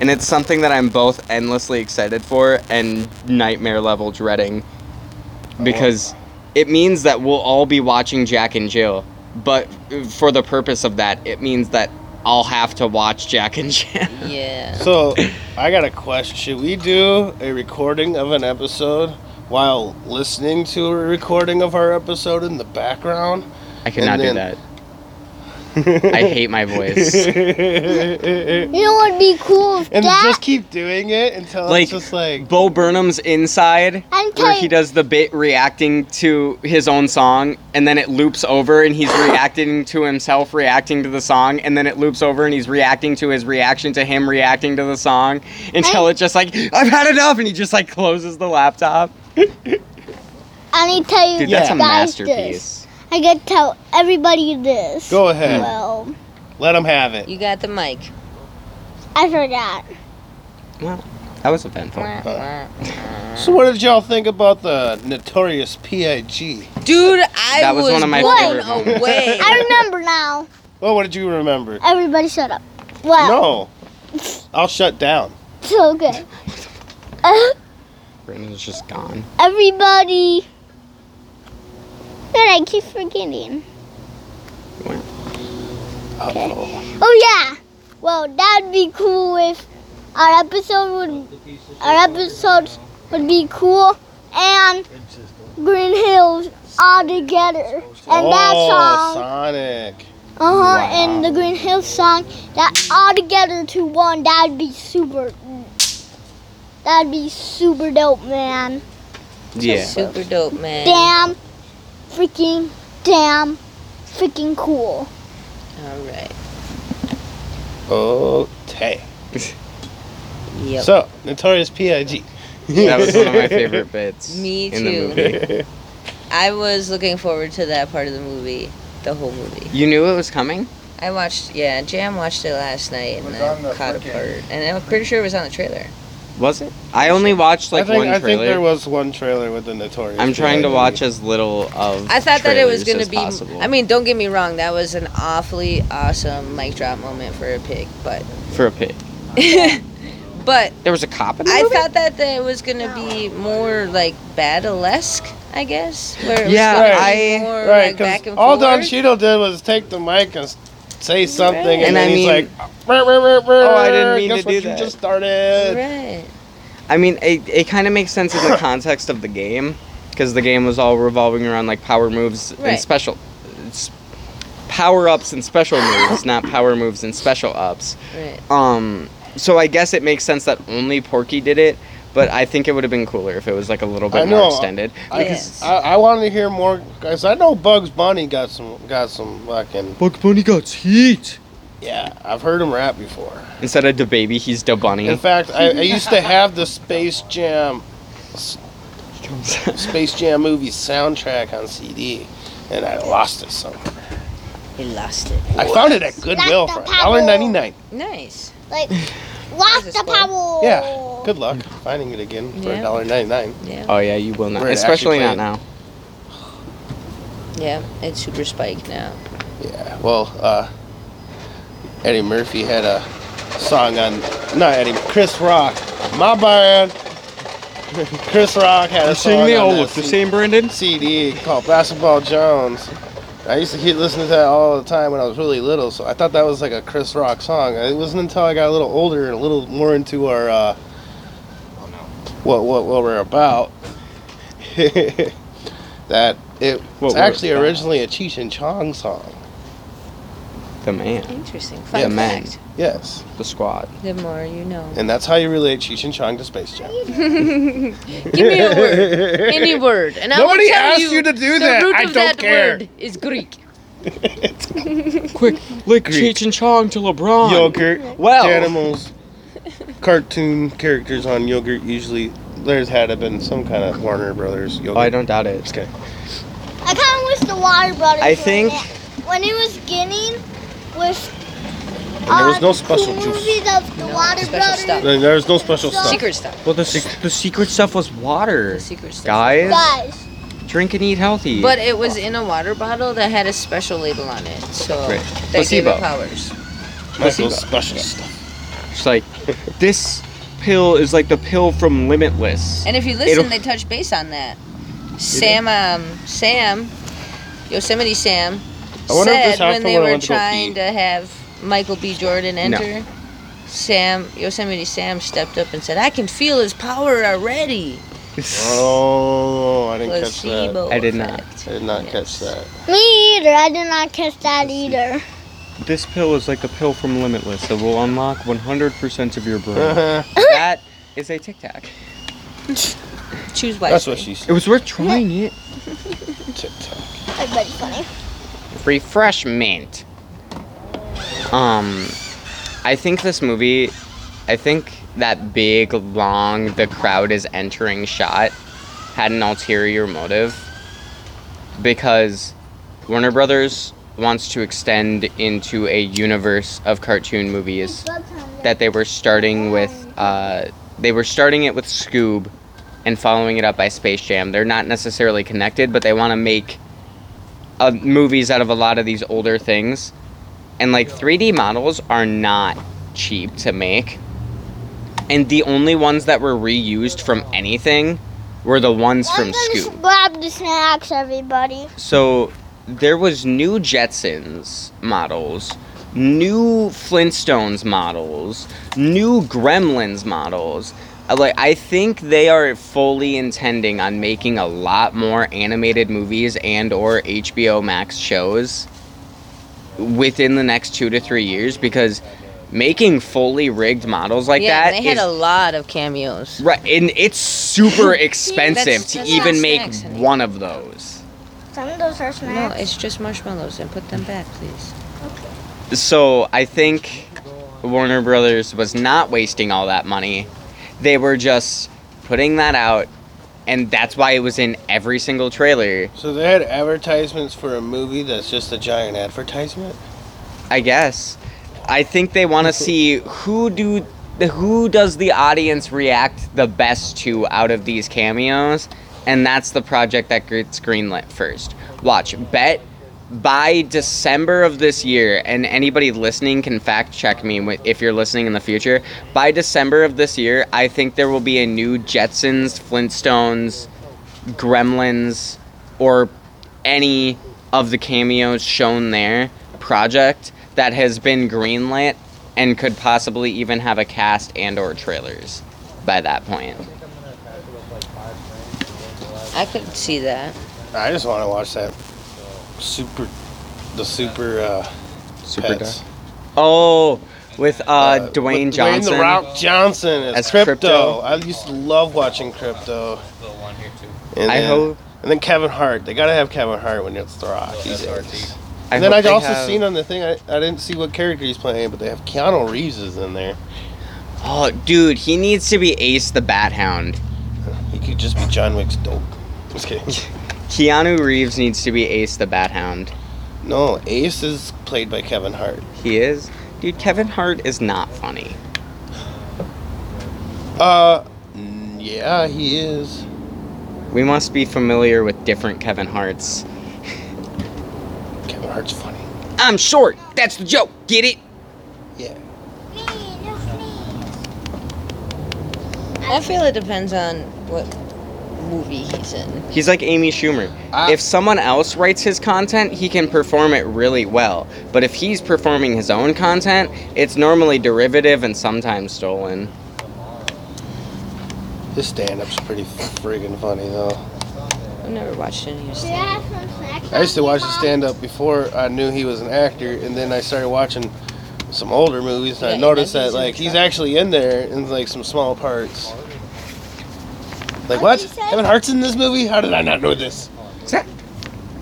S1: And it's something that I'm both endlessly excited for and nightmare level dreading because it means that we'll all be watching Jack and Jill. But for the purpose of that, it means that I'll have to watch Jack and Jill.
S6: Yeah.
S2: So, I got a question. Should we do a recording of an episode while listening to a recording of our episode in the background?
S1: I cannot do
S2: And
S1: that.
S2: then-
S1: I hate my voice.
S2: and
S4: You know what would be cool if that?
S2: just keep doing it until
S1: Like,
S2: it's just like
S1: Bo Burnham's inside.
S4: I'm
S1: where he
S4: telling
S1: does the bit reacting to his own song and then it loops over and he's reacting to himself reacting to the song and then it loops over and he's reacting to his reaction to him reacting to the song until it's just like I've had enough and he just like closes the laptop.
S4: I need to tell you
S1: Dude, that's a
S4: guys
S1: masterpiece.
S4: this. I gotta tell everybody this.
S2: go ahead.
S4: Well,
S2: Let them have it.
S6: You got the mic.
S4: I forgot.
S1: That was
S2: Oh,
S1: eventful.
S2: So what did y'all think about the Notorious PIG?
S6: Dude, I
S1: That was one of my
S6: blown
S1: favorite moments.
S6: away.
S4: I remember now.
S2: Well, what did you remember?
S4: Everybody shut up. Well,
S2: No. I'll shut down.
S4: so good. Uh,
S1: Brandon's just gone.
S4: everybody that I keep forgetting.
S1: What?
S4: Okay. Oh yeah. Well, that'd be cool if our episode would our episodes would be cool and Green Hills all together and
S2: oh,
S4: that song.
S2: Sonic.
S4: Uh huh. And the Green Hills song that all together to one. That'd be super. That'd be super dope, man.
S1: Yeah.
S6: Super dope, man.
S4: Damn, freaking, damn, freaking cool.
S6: All right.
S2: Okay.
S6: Yep.
S2: So, Notorious PIG.
S1: That was one of my favorite bits.
S6: Me
S1: In the
S6: too.
S1: movie.
S6: I was looking forward to that part of the movie, the whole movie.
S1: You knew it was coming?
S6: I watched, yeah, Jam watched it last night and
S8: Was on
S6: I
S8: the
S6: caught a
S8: freaking-
S6: part. And I'm pretty sure it was on the trailer.
S1: Was it? I only watched like
S2: I think,
S1: one
S2: I think
S1: trailer.
S2: there was one trailer with the Notorious.
S1: I'm trying to
S2: PIG.
S1: watch as little of
S6: I thought that it was
S1: trailers
S6: going
S1: as
S6: to be.
S1: possible.
S6: I mean, don't get me wrong, that was an awfully awesome mic drop moment for a pig, but.
S1: for a pit.
S6: but
S1: There was a cop in the
S6: I
S1: movie?
S6: thought that, that it was going to be more like battle-esque, I guess. Where it was
S1: Yeah,
S6: gonna be
S1: I-
S6: More,
S2: Right,
S6: like,
S2: 'cause
S6: back and
S2: all Don
S6: forth.
S2: Cheadle did was take the mic and s- say something,
S1: And
S2: and, then
S1: I
S2: he's
S1: mean-
S2: like, "Oh,
S1: I didn't mean to do
S2: what
S1: that."
S2: You just started.
S6: Right.
S1: I mean, it, it kind of makes sense in the context of the game, because the game was all revolving around like power moves and
S6: Right.
S1: special, s- power ups and special moves, not power moves and special ups.
S6: Right.
S1: Um, so I guess it makes sense that only Porky did it, but I think it would have been cooler if it was like a little
S2: I
S1: bit more
S2: know.
S1: extended.
S2: I,
S6: Yes.
S2: I, I wanted to hear more because I know Bugs Bunny got some got some fucking
S1: Bugs Bunny got heat.
S2: yeah. I've heard him rap before.
S1: Instead of the baby, he's the
S2: In
S1: bunny.
S2: fact, I, I used to have the Space Jam Space Jam movie soundtrack on CD, and I lost it somewhere.
S6: He lost it.
S2: I found it at Goodwill for
S4: Lost the
S2: dollar ninety nine.
S6: Nice.
S4: Like, lost the power. Oh.
S2: Yeah, good luck finding it again for
S6: Yeah.
S2: dollar ninety nine.
S6: Yeah.
S1: Oh yeah, you will not,
S2: Where it
S1: especially
S2: actually
S1: not now.
S6: Yeah. It's super spiked now.
S2: Yeah. Well, uh, Eddie Murphy had a song on not Eddie Chris Rock. My bad. Chris Rock had a song on that C-
S1: Brandon.
S2: CD called Basketball Jones. I used to keep listening to that all the time when I was really little, so I thought that was like a Chris Rock song. It wasn't until I got a little older and a little more into our uh, what what what we're about that
S1: What
S2: it was
S1: we're
S2: actually
S1: about.
S2: originally a Cheech and Chong song.
S1: The man,
S6: Interesting. Fun
S1: Yeah, man.
S6: fact.
S2: Yes,
S1: the squad.
S6: The more you know.
S2: and that's how you relate Cheech and Chong to Space Jam.
S6: Give me a word. Any word. And I will
S2: Nobody
S6: tell
S2: asked you to do
S6: the
S2: that.
S6: root
S2: I
S6: of
S2: don't
S6: that
S2: care.
S6: word is Greek.
S1: Quick, lick
S2: Greek.
S1: Cheech and Chong to LeBron.
S2: yogurt.
S1: Well.
S2: animals, cartoon characters on yogurt usually. There's had to been some kind of Warner Brothers yogurt.
S1: Oh, I don't doubt it.
S2: Okay.
S4: I kind of wish the water brothers.
S1: I
S4: were in
S1: think-
S4: it. when it was getting with.
S2: And there was
S4: uh,
S2: no special
S4: cool
S2: juice.
S4: movies of the water
S6: special
S4: brothers.
S6: stuff.
S2: There- There's no special
S4: So-
S2: stuff.
S6: Secret stuff.
S1: Well, the se- the secret stuff was water.
S6: The secret stuff.
S1: Guys,
S4: Guys,
S1: drink and eat healthy.
S6: But it was in a water bottle that had a special label on it, so
S1: Right.
S6: that
S1: Placebo.
S6: gave it powers.
S2: There's no special stuff.
S1: it's like this pill is like the pill from Limitless.
S6: And if you listen,
S1: It'll-
S6: they touch base on that. Sam, um, Sam, Yosemite Sam,
S2: I wonder if this
S6: said when
S2: happened
S6: they
S2: when I
S6: were
S2: went to go
S6: trying
S2: pee.
S6: to have Michael B. Jordan
S1: No.
S6: enter, Sam, Yosemite Sam stepped up and said, "I can feel his power already."
S2: Oh, I didn't catch that.
S6: Placebo.
S1: I did not.
S6: effect.
S2: I did not catch
S6: Yes.
S2: that.
S4: me either. I did not catch that either.
S1: This pill is like the pill from Limitless that will unlock 100% of your brain. that is a Tic Tac.
S6: Choose wisely.
S2: That's what she
S1: It
S2: said.
S1: was worth trying it.
S2: TikTok.
S4: Everybody's funny.
S1: refreshment. Um, I think this movie, I think that big, long, the crowd is entering shot had an ulterior motive because Warner Brothers wants to extend into a universe of cartoon movies that they were starting with uh, they were starting it with Scoob and following it up by Space Jam. They're not necessarily connected, but they want to make uh, movies out of a lot of these older things. And like 3D models are not cheap to make. And the only ones that were reused from anything were the ones
S4: I'm
S1: from
S4: gonna
S1: Scoob.
S4: grab the snacks, everybody.
S1: So there was new Jetsons models, new Flintstones models, new Gremlins models. Uh, Like I think they are fully intending on making a lot more animated movies and or HBO Max shows within the next 2 to 3 years because making fully rigged models like
S6: yeah,
S1: that
S6: and they had
S1: is-
S6: a lot of cameos.
S1: right and it's super expensive
S6: That's-
S1: to
S6: that's not
S1: even make
S6: snacks anymore.
S1: one of those.
S4: Some of those are snacks.
S6: No, it's just marshmallows, and put them back, please.
S1: so I think Warner Brothers was not wasting all that money. They were just putting that out, and that's why it was in every single trailer,
S2: So they had advertisements for a movie that's just a giant advertisement.
S1: I guess. I think they want to see who do the who does the audience react the best to out of these cameos, and that's the project that gets greenlit first. Watch, bet by December of this year, and anybody listening can fact check me wi- if you're listening in the future. By December of this year, I think there will be a new Jetsons, Flintstones, Gremlins, or any of the cameos shown there project that has been greenlit and could possibly even have a cast and or trailers by that point.
S6: I could see that.
S2: I just want to watch that super the super uh,
S1: Super
S2: pets.
S1: Oh, with uh, Dwayne
S2: With
S1: Johnson.
S2: Dwayne the Rock Johnson as,
S1: As
S2: crypto.
S1: Crypto.
S2: I used to love watching Crypto.
S5: The one here too.
S2: And
S1: I
S2: then,
S1: hope.
S2: And then Kevin Hart. They gotta have Kevin Hart when it's The Rock. He's
S5: SRT.
S1: I
S2: And then
S1: hope
S2: I
S1: they
S2: also
S1: have-
S2: seen on the thing. I, I didn't see what character he's playing, but they have Keanu Reeves is in there.
S1: Oh, dude, he needs to be Ace the Bat Hound.
S2: He could just be John Wick's dope. Just kidding.
S1: Keanu Reeves needs to be Ace the Bat Hound.
S2: No, Ace is played by Kevin Hart.
S1: He is. Dude, Kevin Hart is not funny.
S2: Uh, mm, yeah, he is.
S1: We must be familiar with different Kevin Harts.
S2: Kevin Hart's funny.
S1: I'm short. That's the joke. Get it?
S2: Yeah.
S3: I feel it depends on what movie he's in.
S1: He's like Amy Schumer.
S2: I-
S1: if someone else writes his content, he can perform it really well. But if he's performing his own content, it's normally derivative and sometimes stolen.
S2: His stand-up's pretty friggin' funny though.
S3: I've never watched any of his.
S4: I have some snacks?
S2: I used to watch his stand up before I knew he was an actor, and then I started watching some older movies, and
S3: Yeah,
S2: I
S3: he
S2: noticed that
S3: does. He's in
S2: like he's
S3: Shrek.
S2: actually in there in like some small parts. Like what?
S4: What'd you say?
S2: Kevin Hart's in this movie? How did I not know this?
S1: Is that,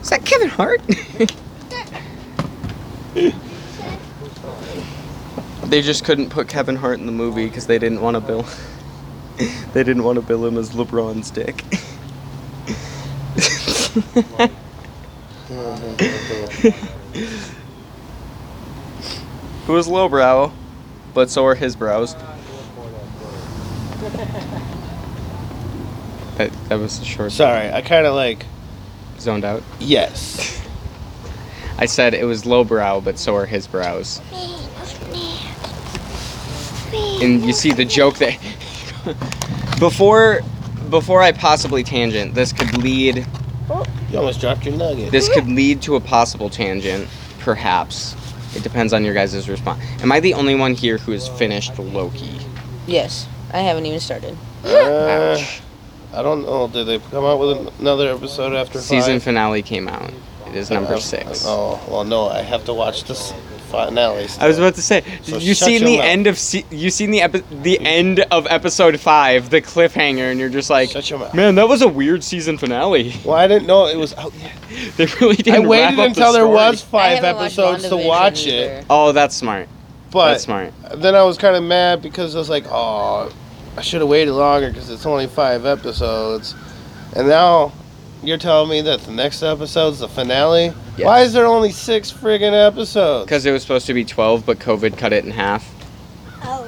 S1: is that Kevin Hart? they just couldn't put Kevin Hart in the movie because they didn't want to bill. they didn't want to bill him as LeBron's dick. Who is lowbrow, but so are his brows. That, that was a short
S2: Sorry, I kind of like
S1: zoned out.
S2: yes.
S1: I said it was lowbrow, but so are his brows. And you see the joke that before before I possibly tangent, this could lead
S2: You almost dropped your nugget.
S1: this could lead to a possible tangent, perhaps. It depends on your guys' response. Am I the only one here who has finished Loki?
S3: Yes, I haven't even started.
S2: Uh, I don't know. Did they come out with an- another episode after
S1: Season
S2: five?
S1: finale came out. It is number
S2: Uh,
S1: six.
S2: Oh well, no. I have to watch this finale.
S1: I was about to say,
S2: So
S1: you
S2: shut
S1: seen
S2: your
S1: the
S2: mouth.
S1: end of se- you seen the epi- the end of episode five, the cliffhanger, and you're just like,
S2: Shut your mouth.
S1: man, that was a weird season finale.
S2: Well, I didn't know it was out yet.
S1: They really
S2: I
S1: didn't. wrap
S2: waited
S1: up
S2: until
S1: the
S2: there
S1: story.
S2: was
S3: I
S2: five
S3: haven't watched
S2: episodes to
S3: WandaVision
S2: watch
S3: either.
S2: it,
S1: Oh, that's smart.
S2: but
S1: that's smart.
S2: then I was kind of mad because I was like, "Oh, I should have waited longer because it's only five episodes." And now you're telling me that the next episode's the finale.
S1: Yes.
S2: Why is there only six friggin' episodes?
S1: Because it was supposed to be 12, but COVID cut it in half.
S4: Oh,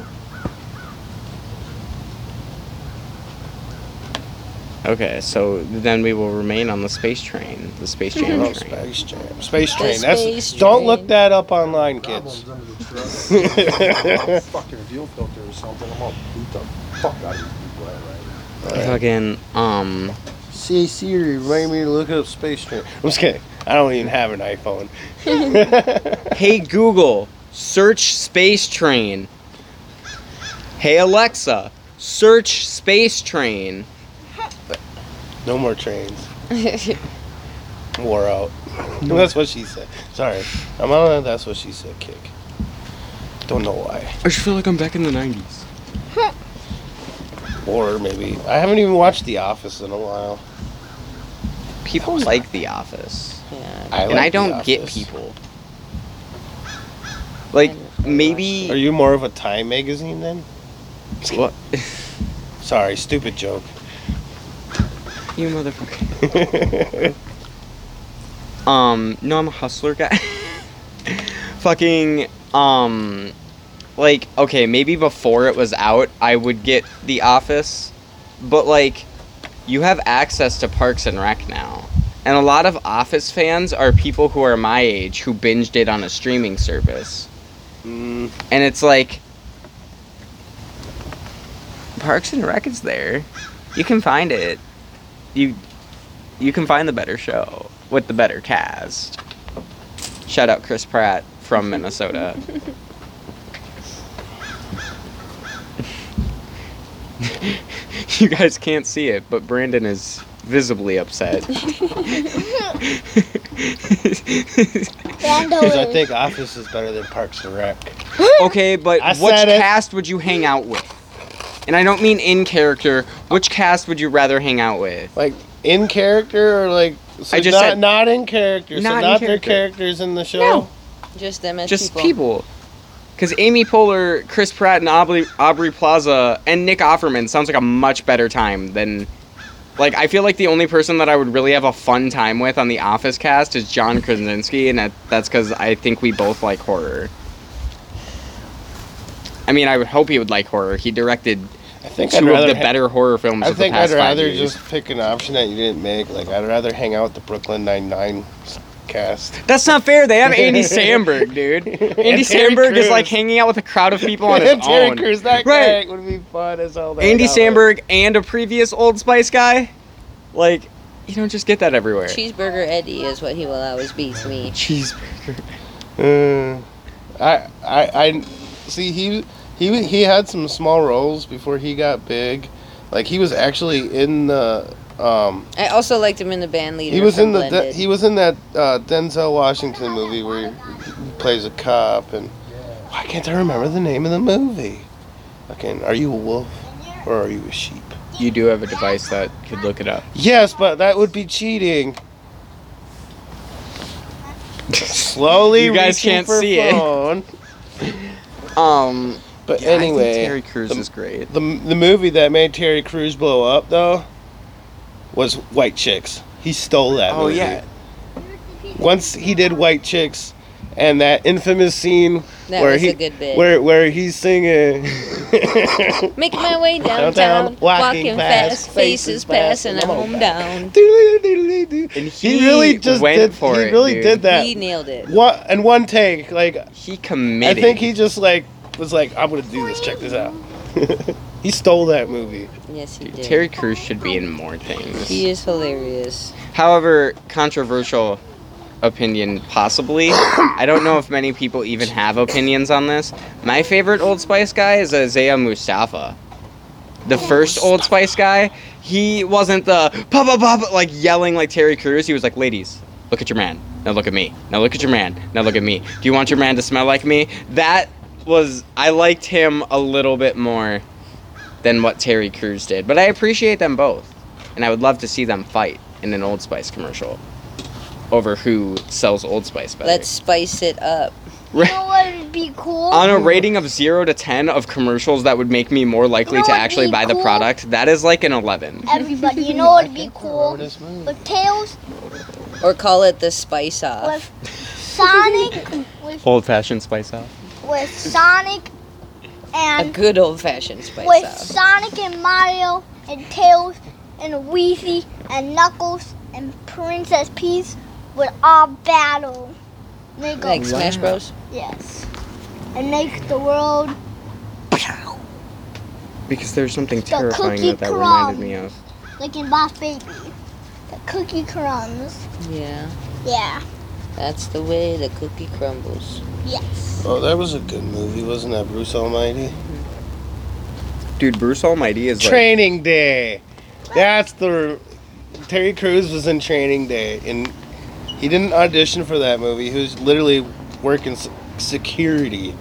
S1: Okay, so then we will remain on the space train, the space jam
S2: Oh,
S1: train.
S2: Space Jam. Space Train. That's
S3: Space
S2: don't
S3: Train.
S2: look that up online, kids.
S8: Fucking fuel filter or something. I'm gonna beat the fuck out of you. people, alright?
S1: Fucking um,
S2: See Siri, remind me to look up Space Train. I'm just kidding. I don't even have an iPhone.
S1: hey Google, search space train. Hey Alexa, search space train.
S2: No more trains. Wore out. That's what she said. Sorry. I'm on a that's what she said kick. Don't know why.
S1: I just feel like I'm back in the 90s.
S2: Or maybe. I haven't even watched The Office in a while.
S1: People like The Office,
S3: Yeah.
S2: I
S1: and
S2: like
S1: I
S2: The
S1: don't get
S2: Office.
S1: people. Like maybe
S2: Are you more of a Time magazine then?
S1: what?
S2: Sorry, stupid joke.
S1: You motherfucker. um, no, I'm a hustler guy. Fucking, um, like, okay, maybe before it was out, I would get The Office, but like, you have access to Parks and Rec now. And a lot of Office fans are people who are my age who binged it on a streaming service.
S2: Mm,
S1: And it's like, Parks and Rec is there. You can find it. You you can find the better show with the better cast. Shout out Chris Pratt from Minnesota. you guys can't see it, but Brandon is visibly upset.
S4: Brando
S2: Because I
S4: is-
S2: think Office is better than Parks and Rec.
S1: okay, but
S2: I
S1: which
S2: said it.
S1: cast would you hang out with? And I don't mean in character. Which cast would you rather hang out with?
S2: Like in character or like so
S1: I just
S2: not,
S1: said-
S2: not in character,
S1: Not
S2: so
S1: in
S2: not their
S1: character.
S2: characters in the show.
S1: No.
S3: Just them as
S1: Just
S3: people.
S1: people. Because Amy Poehler, Chris Pratt, and Aubrey, Aubrey Plaza, and Nick Offerman sounds like a much better time than. Like, I feel like the only person that I would really have a fun time with on the Office cast is John Krasinski, and that, that's because I think we both like horror. I mean, I would hope he would like horror. He directed
S2: I think I'd
S1: two of
S2: rather
S1: the
S2: ha-
S1: better horror films
S2: I
S1: of the
S2: think
S1: past
S2: I'd rather
S1: five years.
S2: just pick an option that you didn't make. Like I'd rather hang out with the Brooklyn Nine Nine cast.
S1: That's not fair. They have Andy Samberg, dude. Andy
S2: And Terry
S1: Samberg is like
S2: Crews.
S1: hanging out with a crowd of people on his
S2: And Terry
S1: own.
S2: Crews, that
S1: Right.
S2: guy would be fun as hell. to hang
S1: Andy
S2: out with.
S1: Samberg and a previous Old Spice guy. Like, you don't just get that everywhere.
S3: Cheeseburger Eddie is what he will always be to me.
S1: Cheeseburger.
S2: Uh, I, I, I see he he he had some small roles before he got big. Like he was actually in the um
S3: I also liked him in the band leader.
S2: he was
S3: from
S2: in the de-
S3: Blended.
S2: he was in that uh, Denzel Washington movie where he plays a cop and why can't I remember the name of the movie? Fucking, are you a wolf or are you a sheep?
S1: You do have a device that could look it up.
S2: Yes, but that would be cheating. Slowly,
S1: You guys
S2: reaching
S1: can't
S2: for
S1: see it.
S2: phone.
S1: Um.
S2: But
S1: yeah, I think
S2: anyway,
S1: Terry Crews
S2: the-
S1: is great.
S2: The, the movie that made Terry Crews blow up though was White Chicks. He stole that
S1: Oh,
S2: movie.
S1: yeah.
S2: Once he did White Chicks and that infamous scene
S3: That
S2: where
S3: was
S2: he
S3: a good bit.
S2: where where he's singing
S3: Make my way downtown,
S2: Downtown, walking
S3: walking,
S2: fast,
S3: fast, faces passing, I'm
S2: I'm
S3: home down.
S2: Doodly-doodly-doodly-doo.
S1: And
S2: He,
S1: he
S2: really just
S1: went
S2: did
S1: for
S2: he
S1: it,
S2: really
S1: dude.
S2: did that.
S3: He nailed it.
S2: One and one take like
S1: He committed.
S2: I think he just like was like I'm going to do this. Check this out. he stole that movie.
S3: Yes, he did.
S1: Terry Crews should be in more things.
S3: he is hilarious.
S1: However, controversial opinion possibly. I don't know if many people even have opinions on this. My favorite Old Spice guy is Isaiah Mustafa. The first Old Spice guy, he wasn't the pa pa pa pa- like yelling like Terry Crews. He was like, "Ladies, look at your man. Now look at me. Now look at your man. Now look at me. Do you want your man to smell like me?" That was I liked him a little bit more than what Terry Crews did, but I appreciate them both and I would love to see them fight in an Old Spice commercial over who sells Old Spice better.
S3: Let's spice it up.
S4: You know what would be cool?
S1: on a rating of 0 to 10 of commercials that would make me more likely
S4: You know
S1: to
S4: what'd
S1: actually
S4: be
S1: buy the
S4: cool?
S1: product, that is like an 11.
S4: Everybody, you know what would be
S2: Remember
S4: cool?
S2: this movie?
S4: With Tails,
S3: Or call it the spice off.
S4: with Sonic, with,
S1: Old fashioned spice off.
S4: with Sonic,
S3: A
S4: and
S3: good old fashioned spice
S4: with
S3: off.
S4: Sonic and Mario and Tails and Weezy and Knuckles and Princess Peach would all battle. Make a-
S3: Like Smash Bros.
S4: yes, and make the world.
S1: Because there's something
S4: The
S1: terrifying
S4: cookie
S1: that that reminded me of.
S4: Like in Boss Baby, the cookie crumbs.
S3: Yeah.
S4: Yeah.
S3: That's the way the cookie crumbles.
S4: Yes.
S2: Oh, that was a good movie, wasn't that Bruce Almighty?
S1: Dude, Bruce Almighty is like.
S2: Training Day. That's the Terry Crews was in Training Day, and he didn't audition for that movie. He was literally working s- security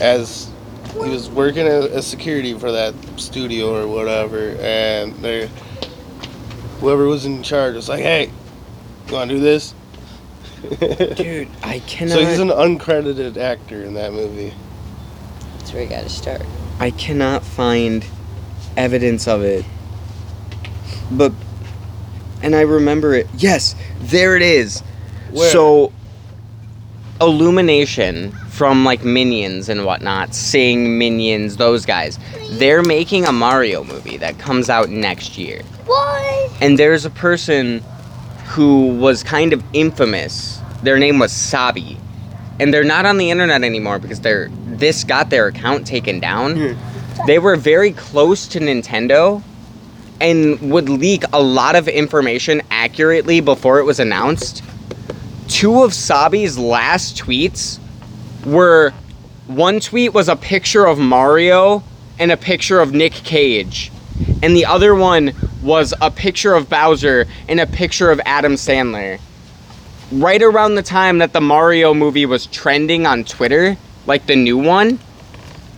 S2: as he was working as, as security for that studio or whatever, and they whoever was in charge was like, "Hey, you want to do this?"
S1: Dude, I cannot.
S2: so he's an uncredited actor in that movie.
S3: That's where you gotta start.
S1: I cannot find evidence of it. But and I remember it. Yes, there it is.
S2: Where?
S1: So Illumination from like Minions and whatnot, Sing Minions, those guys. They're making a Mario movie that comes out next year.
S4: What?
S1: And there's a person who was kind of infamous. Their name was Sabi. And they're not on the internet anymore because they're this got their account taken down. They were very close to Nintendo and would leak a lot of information accurately before it was announced. Two of Sabi's last tweets were one tweet was a picture of Mario and a picture of Nick Cage. And the other one was a picture of Bowser and a picture of Adam Sandler. Right around the time that the Mario movie was trending on Twitter, like the new one,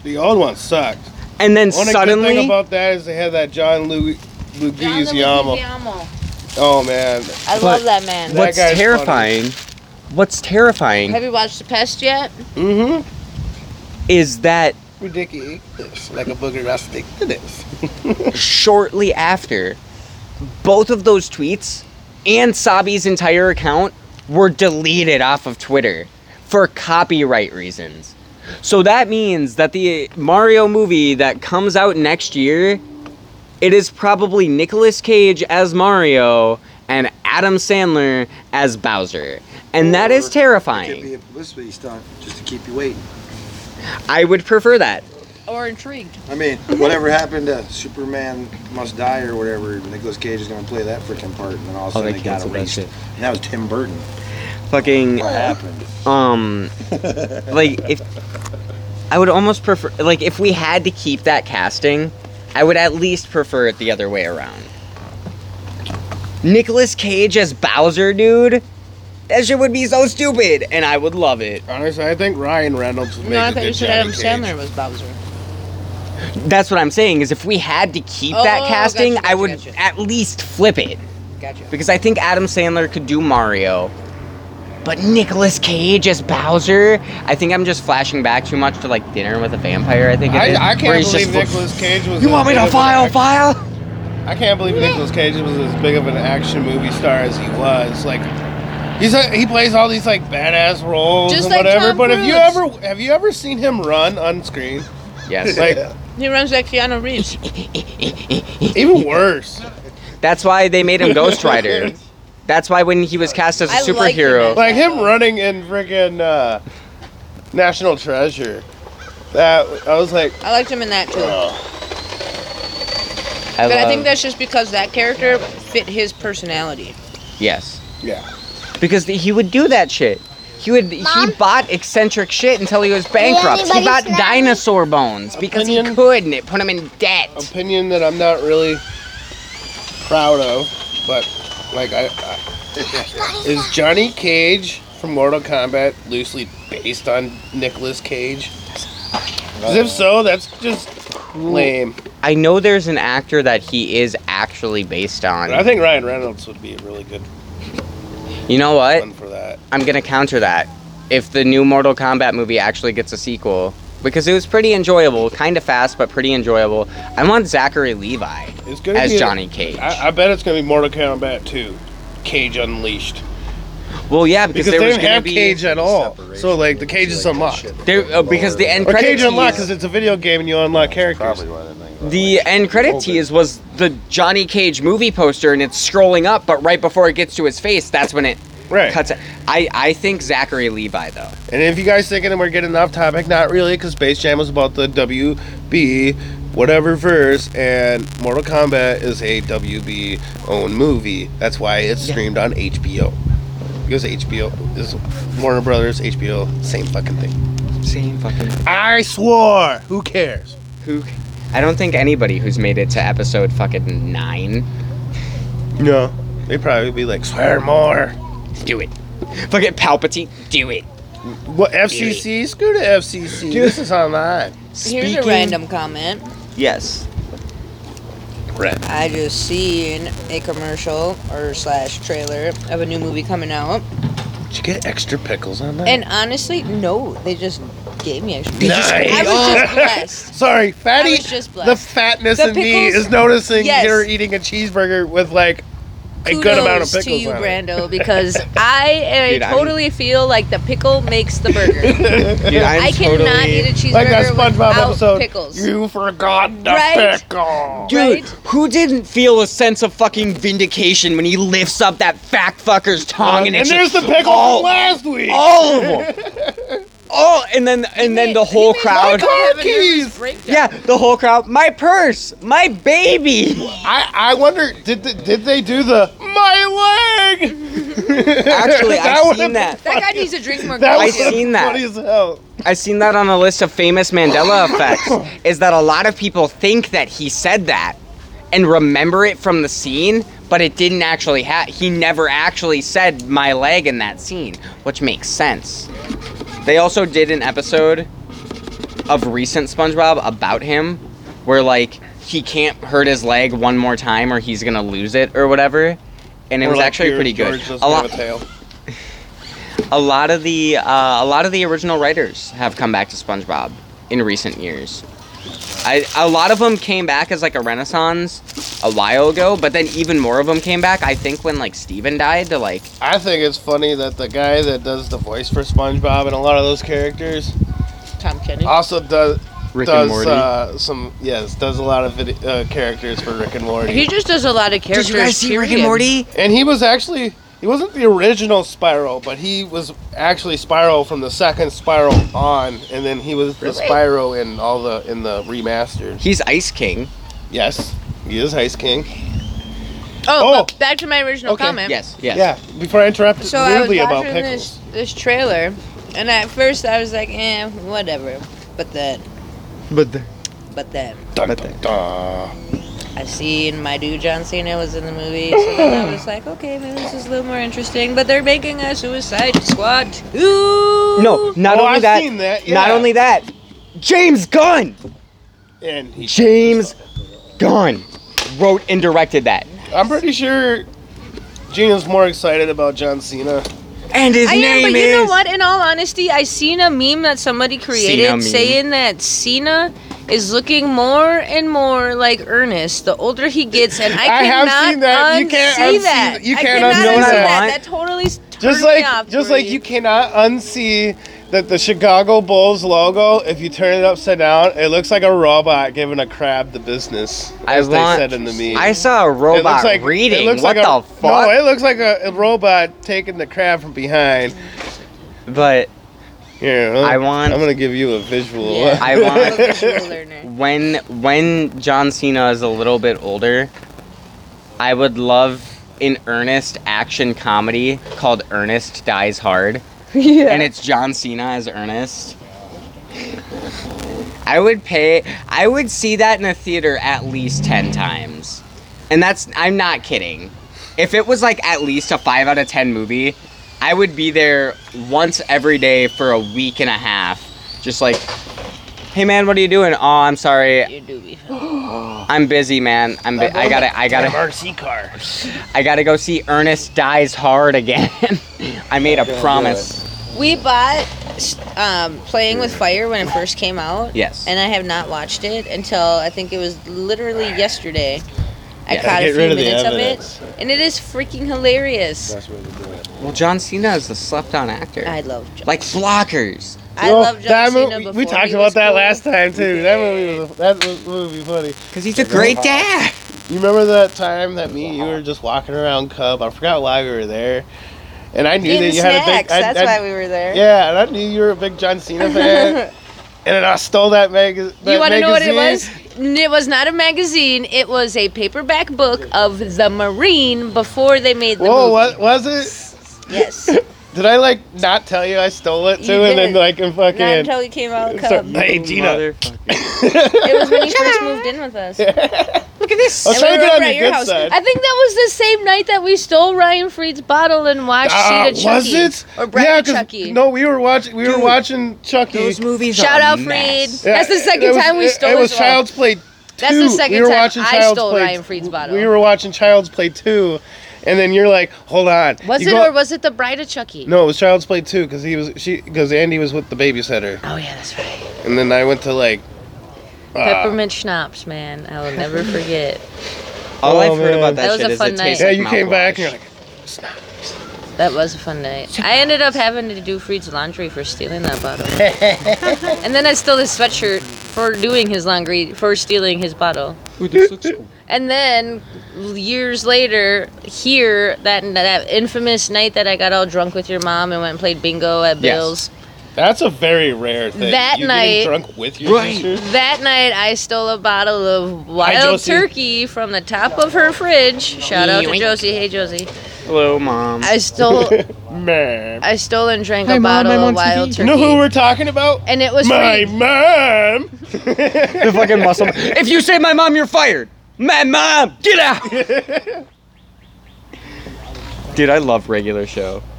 S2: The old one sucked.
S1: and then
S2: Only good thing
S1: suddenly
S2: about that is they had that John Lu- Lugisiamo. Oh man,
S6: I
S1: But-
S6: love that man.
S1: what's
S2: guy's funny.
S1: terrifying what's terrifying
S6: Have you watched The Pest yet?
S2: mm-hmm.
S1: is that
S2: Ridiculous, like a booger rustic to this.
S1: shortly after, both of those tweets and Sabi's entire account were deleted off of Twitter for copyright reasons. So that means that the Mario movie that comes out next year, it is probably Nicolas Cage as Mario and Adam Sandler as Bowser. And that
S8: Or
S1: is
S8: it Could
S1: terrifying.
S8: be a publicity stunt just to keep you waiting.
S1: I would prefer that.
S6: Or intrigued?
S8: I mean, whatever happened to Superman Must Die or whatever, Nicolas Cage is going to play that freaking part, and then all of a
S1: Oh,
S8: sudden
S1: they
S8: it got
S1: canceled that
S8: erased.
S1: shit.
S8: And that was Tim Burton.
S1: Fucking
S8: What happened?
S1: um like if i would almost prefer like if we had to keep that casting i would at least prefer it the other way around Nicolas Cage as Bowser, dude. That shit would be so stupid, and I would love it.
S2: Honestly, I think Ryan Reynolds would make
S6: No, I
S2: a
S6: thought
S2: good
S6: you said
S2: Johnny
S6: Adam
S2: Cage.
S6: Sandler was Bowser.
S1: That's what I'm saying. Is if we had to keep
S6: Oh,
S1: that
S6: gotcha,
S1: casting, I
S6: gotcha,
S1: would
S6: gotcha.
S1: at least flip it
S6: Gotcha.
S1: because I think Adam Sandler could do Mario, but Nicolas Cage as Bowser. I think I'm just flashing back too much to like Dinner with a Vampire. I think it is,
S2: I, I
S1: where
S2: can't
S1: he's just
S2: believe Nicolas Cage was.
S1: You
S2: as
S1: want me
S2: big
S1: to
S2: of an
S1: file
S2: act-
S1: file?
S2: I can't believe Nicolas Cage was as big of an action movie star as he was. Like, he's a, he plays all these like badass roles
S6: Just
S2: and
S6: like
S2: whatever.
S6: Tom
S2: but have you
S6: Cruise.
S2: ever have you ever seen him run on screen?
S1: Yes.
S2: Like,
S6: He runs like Keanu Reeves.
S2: even worse.
S1: That's why they made him Ghost Rider. That's why when he was cast as a
S6: I like him
S1: superhero,
S6: as-
S2: Like him running in freaking uh, National Treasure. That I was like,
S6: I liked him in that too.
S2: oh,
S1: I
S6: But I think
S1: love-
S6: that's just because that character fit his personality.
S1: yes,
S2: yeah.
S1: because th- he would do that shit. He would.
S4: Mom?
S1: He bought eccentric shit until he was bankrupt. He
S4: anybody
S1: bought
S4: snap me?
S1: dinosaur bones because he
S2: Opinion?
S1: could, and it put him in debt.
S2: opinion that I'm not really proud of, but like I, I is Johnny Cage from Mortal Kombat loosely based on Nicolas Cage? 'Cause if so, that's just lame.
S1: I know there's an actor that he is actually based
S2: But I
S1: on.
S2: think Ryan Reynolds would be a really good
S1: You know what?
S2: one for that.
S1: I'm gonna counter that. If the new Mortal Kombat movie actually gets a sequel, because it was pretty enjoyable, kind of fast but pretty enjoyable. I want Zachary Levi
S2: It's gonna
S1: as
S2: be
S1: Johnny Cage.
S2: I, I bet it's gonna be Mortal Kombat 2, Cage Unleashed,
S1: well, yeah, because,
S2: because they
S1: there was
S2: didn't
S1: gonna
S2: have
S1: be
S2: Cage at
S8: Oh,
S2: all. So like the Cage is unlocked.
S1: there uh, because the end
S2: Or Cage
S1: credit
S2: unlocked
S1: tease,
S2: because it's a video game and you unlock characters.
S8: Probably why that thing.
S1: the end credit tease was the Johnny Cage movie poster, and it's scrolling up, but right before it gets to his face, that's when it
S2: Right.
S1: cuts. It. I I think Zachary Levi though.
S2: And if you guys thinking that we're getting off topic, not really, because Space Jam was about the WB whatever verse, and Mortal Kombat is a WB owned movie. That's why it's streamed on HBO. Because HBO is Warner Brothers, HBO, same fucking thing.
S1: Same fucking.
S2: I swore. Who cares?
S1: Who? I don't think anybody who's made it to episode fucking nine
S2: No, they probably be like swear more.
S1: Do it. Fuck it, Palpatine. Do it.
S2: What FCC? Screw the FCC. This is online.
S6: Here's a random comment.
S1: Yes.
S6: I just seen a commercial or slash trailer of a new movie coming out,
S2: Did you get extra pickles on that?
S6: and honestly, no, they just gave me extra.
S2: Nice.
S6: I was just blessed.
S2: Sorry, fatty.
S6: I was just blessed.
S2: The fatness
S6: The
S2: in me
S6: pickles-
S2: is noticing
S6: Yes.
S2: you're eating a cheeseburger with like a
S6: Kudos
S2: good amount of pickles
S6: to you,
S2: on it.
S6: Brando, because I,
S1: Dude,
S6: I
S1: I'm-
S6: totally feel like the pickle makes the burger.
S1: Dude, I'm
S6: I cannot eat a cheeseburger
S2: Like that SpongeBob
S6: without
S2: episode.
S6: pickles.
S2: You forgot the
S6: Right?
S2: pickle.
S1: Dude,
S6: right?
S1: who didn't feel a sense of fucking vindication when he lifts up that fat fucker's tongue and
S2: and
S1: it's
S2: there's
S1: just
S2: the pickle
S1: all,
S2: from last week.
S1: all of them. All and then and then the whole crowd.
S2: car keys.
S1: Yeah, the whole crowd. My purse, my baby.
S2: I, I wonder did the, did they do the my leg?
S1: Actually,
S2: That
S1: I've
S2: would've
S1: seen
S2: been-
S1: that.
S6: That guy needs to drink more.
S2: That
S1: I've
S2: was
S1: seen that.
S2: funny as hell.
S1: I've seen that on a list of famous Mandela effects. Is that a lot of people think that he said that, and remember it from the scene, but it didn't actually ha He never actually said my leg in that scene, which makes sense. They also did an episode of recent SpongeBob about him where like he can't hurt his leg one more time or he's gonna lose it or whatever. And it
S2: Or
S1: was
S2: like
S1: actually
S2: George-
S1: pretty good.
S2: George doesn't
S1: A
S2: have
S1: lot,
S2: a tail.
S1: a lot of the uh, a lot of the original writers have come back to SpongeBob in recent years. I, a lot of them came back as like a renaissance a while ago, but then even more of them came back. I think when like Steven died to like
S2: I think it's funny that the guy that does the voice for SpongeBob and a lot of those characters
S3: Tom Kenny.
S2: also does
S1: Rick
S2: does
S1: and Morty.
S2: Uh, some yes does a lot of vid- uh, characters for Rick and Morty.
S3: He just does a lot of characters.
S1: Did you guys see Rick and
S3: period.
S1: Morty?
S2: and he was actually he wasn't the original Spiral, but he was actually Spiral from the second Spiral on, and then he was the Spiral in all the in the remastered.
S1: He's Ice King.
S2: Yes, he is Ice King.
S3: Oh,
S2: Oh.
S3: but back to my original
S2: Okay.
S3: comment.
S1: Yes, yes.
S2: Yeah, before I interrupted
S3: So I was
S2: weirdly about
S3: watching
S2: pickles.
S3: this this trailer, and at first I was like, eh, whatever. But then,
S1: But the,
S3: but then,
S2: Dun, dun, dun.
S3: I seen my dude John Cena was in the movie, so then I was like, okay, maybe this is a little more interesting. But they're making a Suicide Squad two.
S1: no, not
S2: Oh,
S1: only
S2: I've
S1: that,
S2: seen that,
S1: not
S2: yeah.
S1: only that, James Gunn,
S2: And he,
S1: James Gunn wrote and directed that,
S2: I'm pretty sure Gina's more excited about John Cena.
S1: and his
S3: I am,
S1: name
S3: but
S1: is.
S3: you know what? In all honesty, I seen a meme that somebody
S1: Cena meme.
S3: created saying that Cena is looking more and more like Ernest the older he gets, and I,
S2: I have
S3: cannot
S2: seen that. You can't
S3: unsee
S2: unsee
S3: that.
S2: that. You
S3: I
S2: can't
S3: cannot
S2: unsee
S3: unsee
S1: that.
S3: that. That totally s- turned
S2: Just
S3: me
S2: like
S3: off.
S2: just like
S3: Bree.
S2: you cannot unsee that the Chicago Bulls logo, if you turn it upside down, it looks like a robot giving a crab the business.
S1: I
S2: As
S1: want-
S2: they said in the meme.
S1: I saw a
S2: It looks
S1: robot
S2: like- it
S1: reading.
S2: looks
S1: what
S2: like a-
S1: the fuck?
S2: No, it looks like a, a robot taking the crab from behind.
S1: but
S2: Here,
S1: I
S2: I'm-
S1: want-
S2: I'm gonna give you a visual.
S3: Yeah.
S1: I want
S3: Visual learner.
S1: when when John Cena is a little bit older, I would love an earnest action comedy called Ernest Dies Hard. And it's John Cena as Ernest. I would pay I would see that in a theater at least 10 times. And that's I'm not kidding. If it was like at least a 5 out of 10 movie, I would be there once every day for a week and a half. Just like, "Hey man, what are you doing?" "Oh, I'm sorry.
S3: You do be
S1: I'm busy, man. I'm bu- I gotta, I gotta. RC car. I gotta go see Ernest Dies Hard again. I made a promise.
S3: We bought s- um, Playing with Fire when it first came out.
S1: Yes.
S3: And I have not watched it until I think it was literally yesterday. I
S1: Yeah.
S3: caught
S2: Get
S3: a few
S2: rid of the
S3: minutes of
S2: evidence.
S3: it. And it is freaking hilarious.
S1: Well, John Cena is a slept-on actor.
S3: I love John.
S1: like blockers.
S3: I
S2: Well,
S3: love John
S2: that
S3: Cena
S2: mo- we-
S3: before
S2: We talked
S3: he
S2: about
S3: was
S2: that
S3: cool.
S2: last time too. That movie was that was- movie funny.
S1: Cause he's a great dad.
S2: You remember that time that me and you were just walking around Cub? I forgot why we were there, and I knew
S3: Eating
S2: that you had a big.
S3: snacks.
S2: I,
S3: That's
S2: I-
S3: why we were there.
S2: Yeah, and I knew you were a big John Cena fan, and then I stole that, maga- that
S3: You want to know what it was?
S2: magazine.
S3: N- It was not a magazine. It was a paperback book of the Marine before they made the
S2: Whoa,
S3: movie.
S2: what was it?
S3: Yes.
S2: Did I like not tell you I stole it too,
S3: You
S2: and then
S3: did.
S2: like and
S3: not
S2: fucking.
S3: until we came out of
S2: So-
S3: Cub.
S2: Hey, Gina.
S3: It was when you first moved in with us.
S1: Look at this.
S2: I was trying to
S3: we
S2: get
S3: were
S2: on
S3: at
S2: your good side.
S3: I think that was the same night that we stole Ryan Fried's bottle and watched
S2: Ah,
S3: Seed of
S2: was
S3: Chucky.
S2: it?
S3: Or Bride
S2: yeah,
S3: of
S2: 'cause-
S3: Chucky.
S2: No, we were watching. We were
S1: Dude,
S2: watching Chucky.
S1: Those movies.
S3: Shout
S1: are a
S3: out
S1: mess.
S3: Fried. That's the
S2: Yeah,
S3: second
S2: it was-
S3: time we
S2: it-
S3: stole
S2: It was
S3: his bottle.
S2: Child's Play.
S3: That's the
S2: two.
S3: second
S2: we were
S3: time
S2: watching
S3: I
S2: Child's
S3: stole
S2: Play.
S3: Ryan Fried's bottle.
S2: We were watching Child's Play two, and then you're like, "Hold on."
S3: Was
S2: You
S3: it
S2: go-
S3: or was it the Bride of Chucky?
S2: No, it was Child's Play two because he was she because Andy was with the babysitter,
S3: Oh yeah, that's right.
S2: and then I went to like. ah,
S3: Peppermint schnapps, man. I will never forget.
S1: All
S2: Oh,
S1: I've heard about
S2: man.
S1: that,
S3: That was
S1: shit
S3: a
S1: is
S3: fun
S1: it tastes
S3: night.
S2: yeah,
S1: like
S2: you came back.
S1: mouthwash.
S2: And you're like,
S3: That was a fun night. I ended up having to do Fried's laundry for stealing that bottle. and then I stole his sweatshirt for doing his laundry for stealing his bottle.
S1: Ooh, this looks cool.
S3: And then years later, here that that infamous night that I got all drunk with your mom and went and played bingo at
S1: Yes.
S3: Bill's.
S2: that's a very rare thing.
S3: That
S2: you
S3: night-
S2: getting drunk with your
S1: Right.
S2: sister.
S3: That night, I stole a bottle of wild
S2: Josie.
S3: turkey from the top of her fridge. Shout out to Josie. Hey, Josie.
S1: Hello, mom.
S3: I stole,
S2: Man,
S3: I stole and drank a bottle of wild
S2: you
S3: turkey.
S2: know who we're talking about?
S3: and it was
S2: My
S3: free.
S2: mom.
S1: the fucking muscle. If you say my mom, you're fired. My mom, get out! Dude, I love regular show.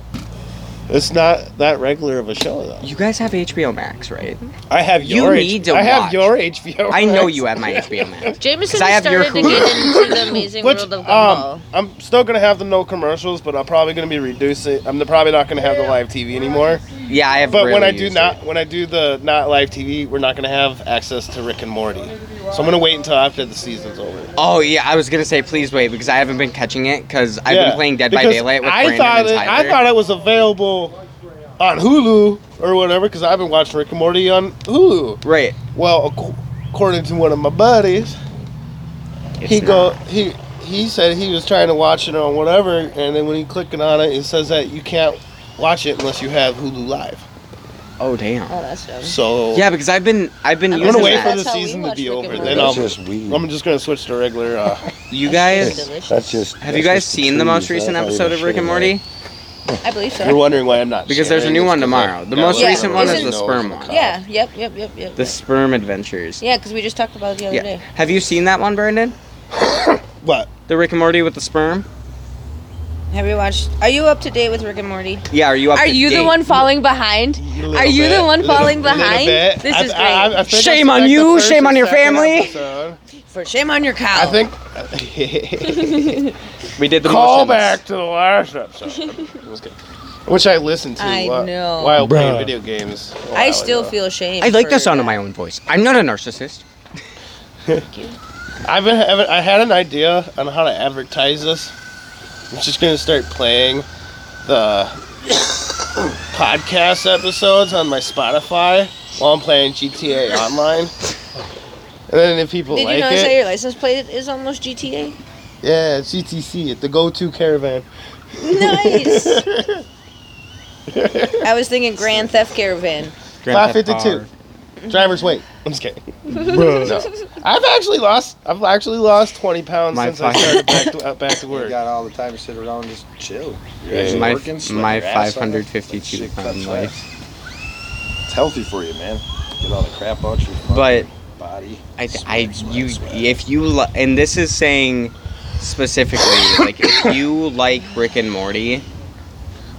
S2: It's not that regular of a show though.
S1: You guys have HBO Max, right?
S2: I have
S1: You
S2: your
S1: need to
S2: I
S1: watch.
S2: have your HBO.
S1: I know
S2: Max.
S1: you have my HBO Max.
S6: Jameson
S1: 'Cause I have
S6: started
S1: your
S6: to get into the amazing
S2: Which
S6: world of gumball.
S2: um, I'm still gonna have the no commercials, but I'm probably gonna be reducing. I'm probably not gonna have the live TV anymore.
S1: Yeah, I have.
S2: But when
S1: rarely
S2: I do
S1: used
S2: not,
S1: it.
S2: when I do the not live TV, we're not gonna have access to Rick and Morty. So I'm gonna wait until after the season's over.
S1: Oh yeah, I was gonna say please wait because I haven't been catching it because I've
S2: Yeah,
S1: been playing Dead by
S2: because
S1: Daylight with
S2: I
S1: Brandon
S2: thought
S1: and
S2: it,
S1: Tyler.
S2: I thought it was available on Hulu or whatever because I've been watching Rick and Morty on Hulu.
S1: right.
S2: Well, ac- according to one of my buddies, he
S1: It's
S2: go
S1: not.
S2: he he said he was trying to watch it on whatever, and then when he clicking on it, it says that you can't watch it unless you have Hulu Live.
S1: Oh damn.
S6: Oh, that's dumb.
S2: So
S1: Yeah, because I've been I've been
S6: I'm
S2: I'm gonna
S1: using
S2: wait
S1: that.
S2: for the
S6: That's how we
S2: season to
S6: watch
S2: be
S6: Rick and
S2: over.
S6: Morty.
S2: Then
S1: um,
S8: That's
S2: I'll,
S8: just weed.
S2: I'm just gonna switch to regular. Uh,
S1: You
S6: That's
S1: guys,
S6: delicious.
S8: That's just.
S1: have
S8: that's
S1: you guys
S8: just
S1: seen the
S8: trees.
S1: most recent
S8: That's
S1: episode
S8: not even
S1: of Rick and
S8: shit,
S1: Morty?
S8: right?
S6: I believe
S2: you're
S6: so.
S2: wondering why I'm not
S1: Because there's a
S2: sharing
S1: new
S2: this,
S1: one
S2: 'cause
S1: tomorrow. The
S2: I-
S1: most
S2: I
S1: recent
S2: wanna
S1: one is the
S2: know
S1: sperm
S2: what's
S1: one.
S2: going
S6: Yeah.
S2: on.
S6: Yep. Yep. Yep. Yep.
S1: The Sperm Adventures.
S6: Yeah, because we just talked about it the other
S1: Yeah.
S6: day.
S1: Have you seen that one, Brandon?
S2: What?
S1: The Rick and Morty with the sperm?
S3: Have you watched? Are you up to date with Rick and Morty?
S1: Yeah, are you up
S6: Are
S1: to
S6: you the
S1: date?
S6: one falling behind?
S2: Little
S6: Are you the
S2: bit,
S6: one
S2: little-
S6: falling
S2: little
S6: behind?
S2: bit.
S6: This
S2: I-
S6: is
S2: I- I- I
S6: great.
S2: think I
S1: Shame on
S2: suspect the
S1: you,
S2: first
S1: shame
S2: or
S1: on your
S2: second
S1: family.
S2: episode.
S6: For shame on your cow.
S2: I
S1: Oh.
S2: think.
S1: We did the
S2: Call
S1: motions.
S2: back to the last episode. It was good. Which I listened to
S6: I
S2: while,
S6: know.
S2: while playing
S8: Bruh.
S2: video games. a
S3: I
S2: while
S3: still
S2: ago.
S3: feel shame.
S1: I like
S3: for
S1: the sound of
S3: that.
S1: my own voice. I'm not a narcissist.
S2: I've been having, I had an idea on how to advertise this. I'm just gonna start playing the podcast episodes on my Spotify while I'm playing GTA Online. And then if people
S3: Did
S2: like
S3: you notice that
S2: it,
S3: your license plate is almost GTA?
S2: yeah, it's GTC, it's the go-to caravan.
S3: Nice. I was thinking Grand Theft Caravan.
S2: Five fifty-two. Driver's weight. I'm just kidding.
S7: Bruh.
S2: I've actually lost. I've actually lost twenty pounds
S1: My
S2: since I
S1: fucking-
S2: started back to, uh, back to
S8: You
S2: work.
S8: got all the time to sit around and just chill. You're
S2: Yeah.
S8: actually
S1: My-
S8: working, sweating
S1: my
S8: your ass off.
S1: 552
S8: Shit
S1: pound
S8: cuts
S1: life.
S8: fast. It's healthy for you, man. Get all the crap out your fucking
S1: But
S8: body.
S1: I,
S8: Sweat,
S1: I,
S8: sweat,
S1: you,
S8: sweat.
S1: if you, li- and this is saying specifically, like if you like Rick and Morty,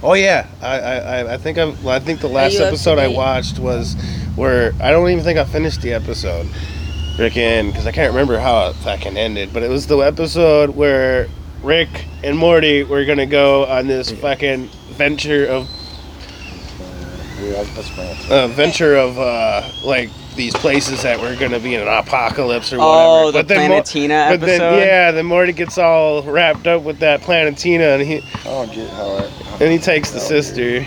S2: Oh yeah, I I, I- I think I'm, well, I think the last
S3: you up to
S2: episode I
S3: date?
S2: watched was where I don't even think I finished the episode, Rick and because I can't remember how it fucking ended, but it was the episode where Rick and Morty were gonna go on this fucking venture of
S8: Yeah, that's my answer.
S2: uh, venture of uh, like these places that were gonna be in an apocalypse or whatever.
S1: oh, the
S2: But then Mo-
S1: Planetina
S2: but
S1: episode.
S2: then yeah, then Morty gets all wrapped up with that Planetina and he
S8: I don't get how
S2: and he takes the sister.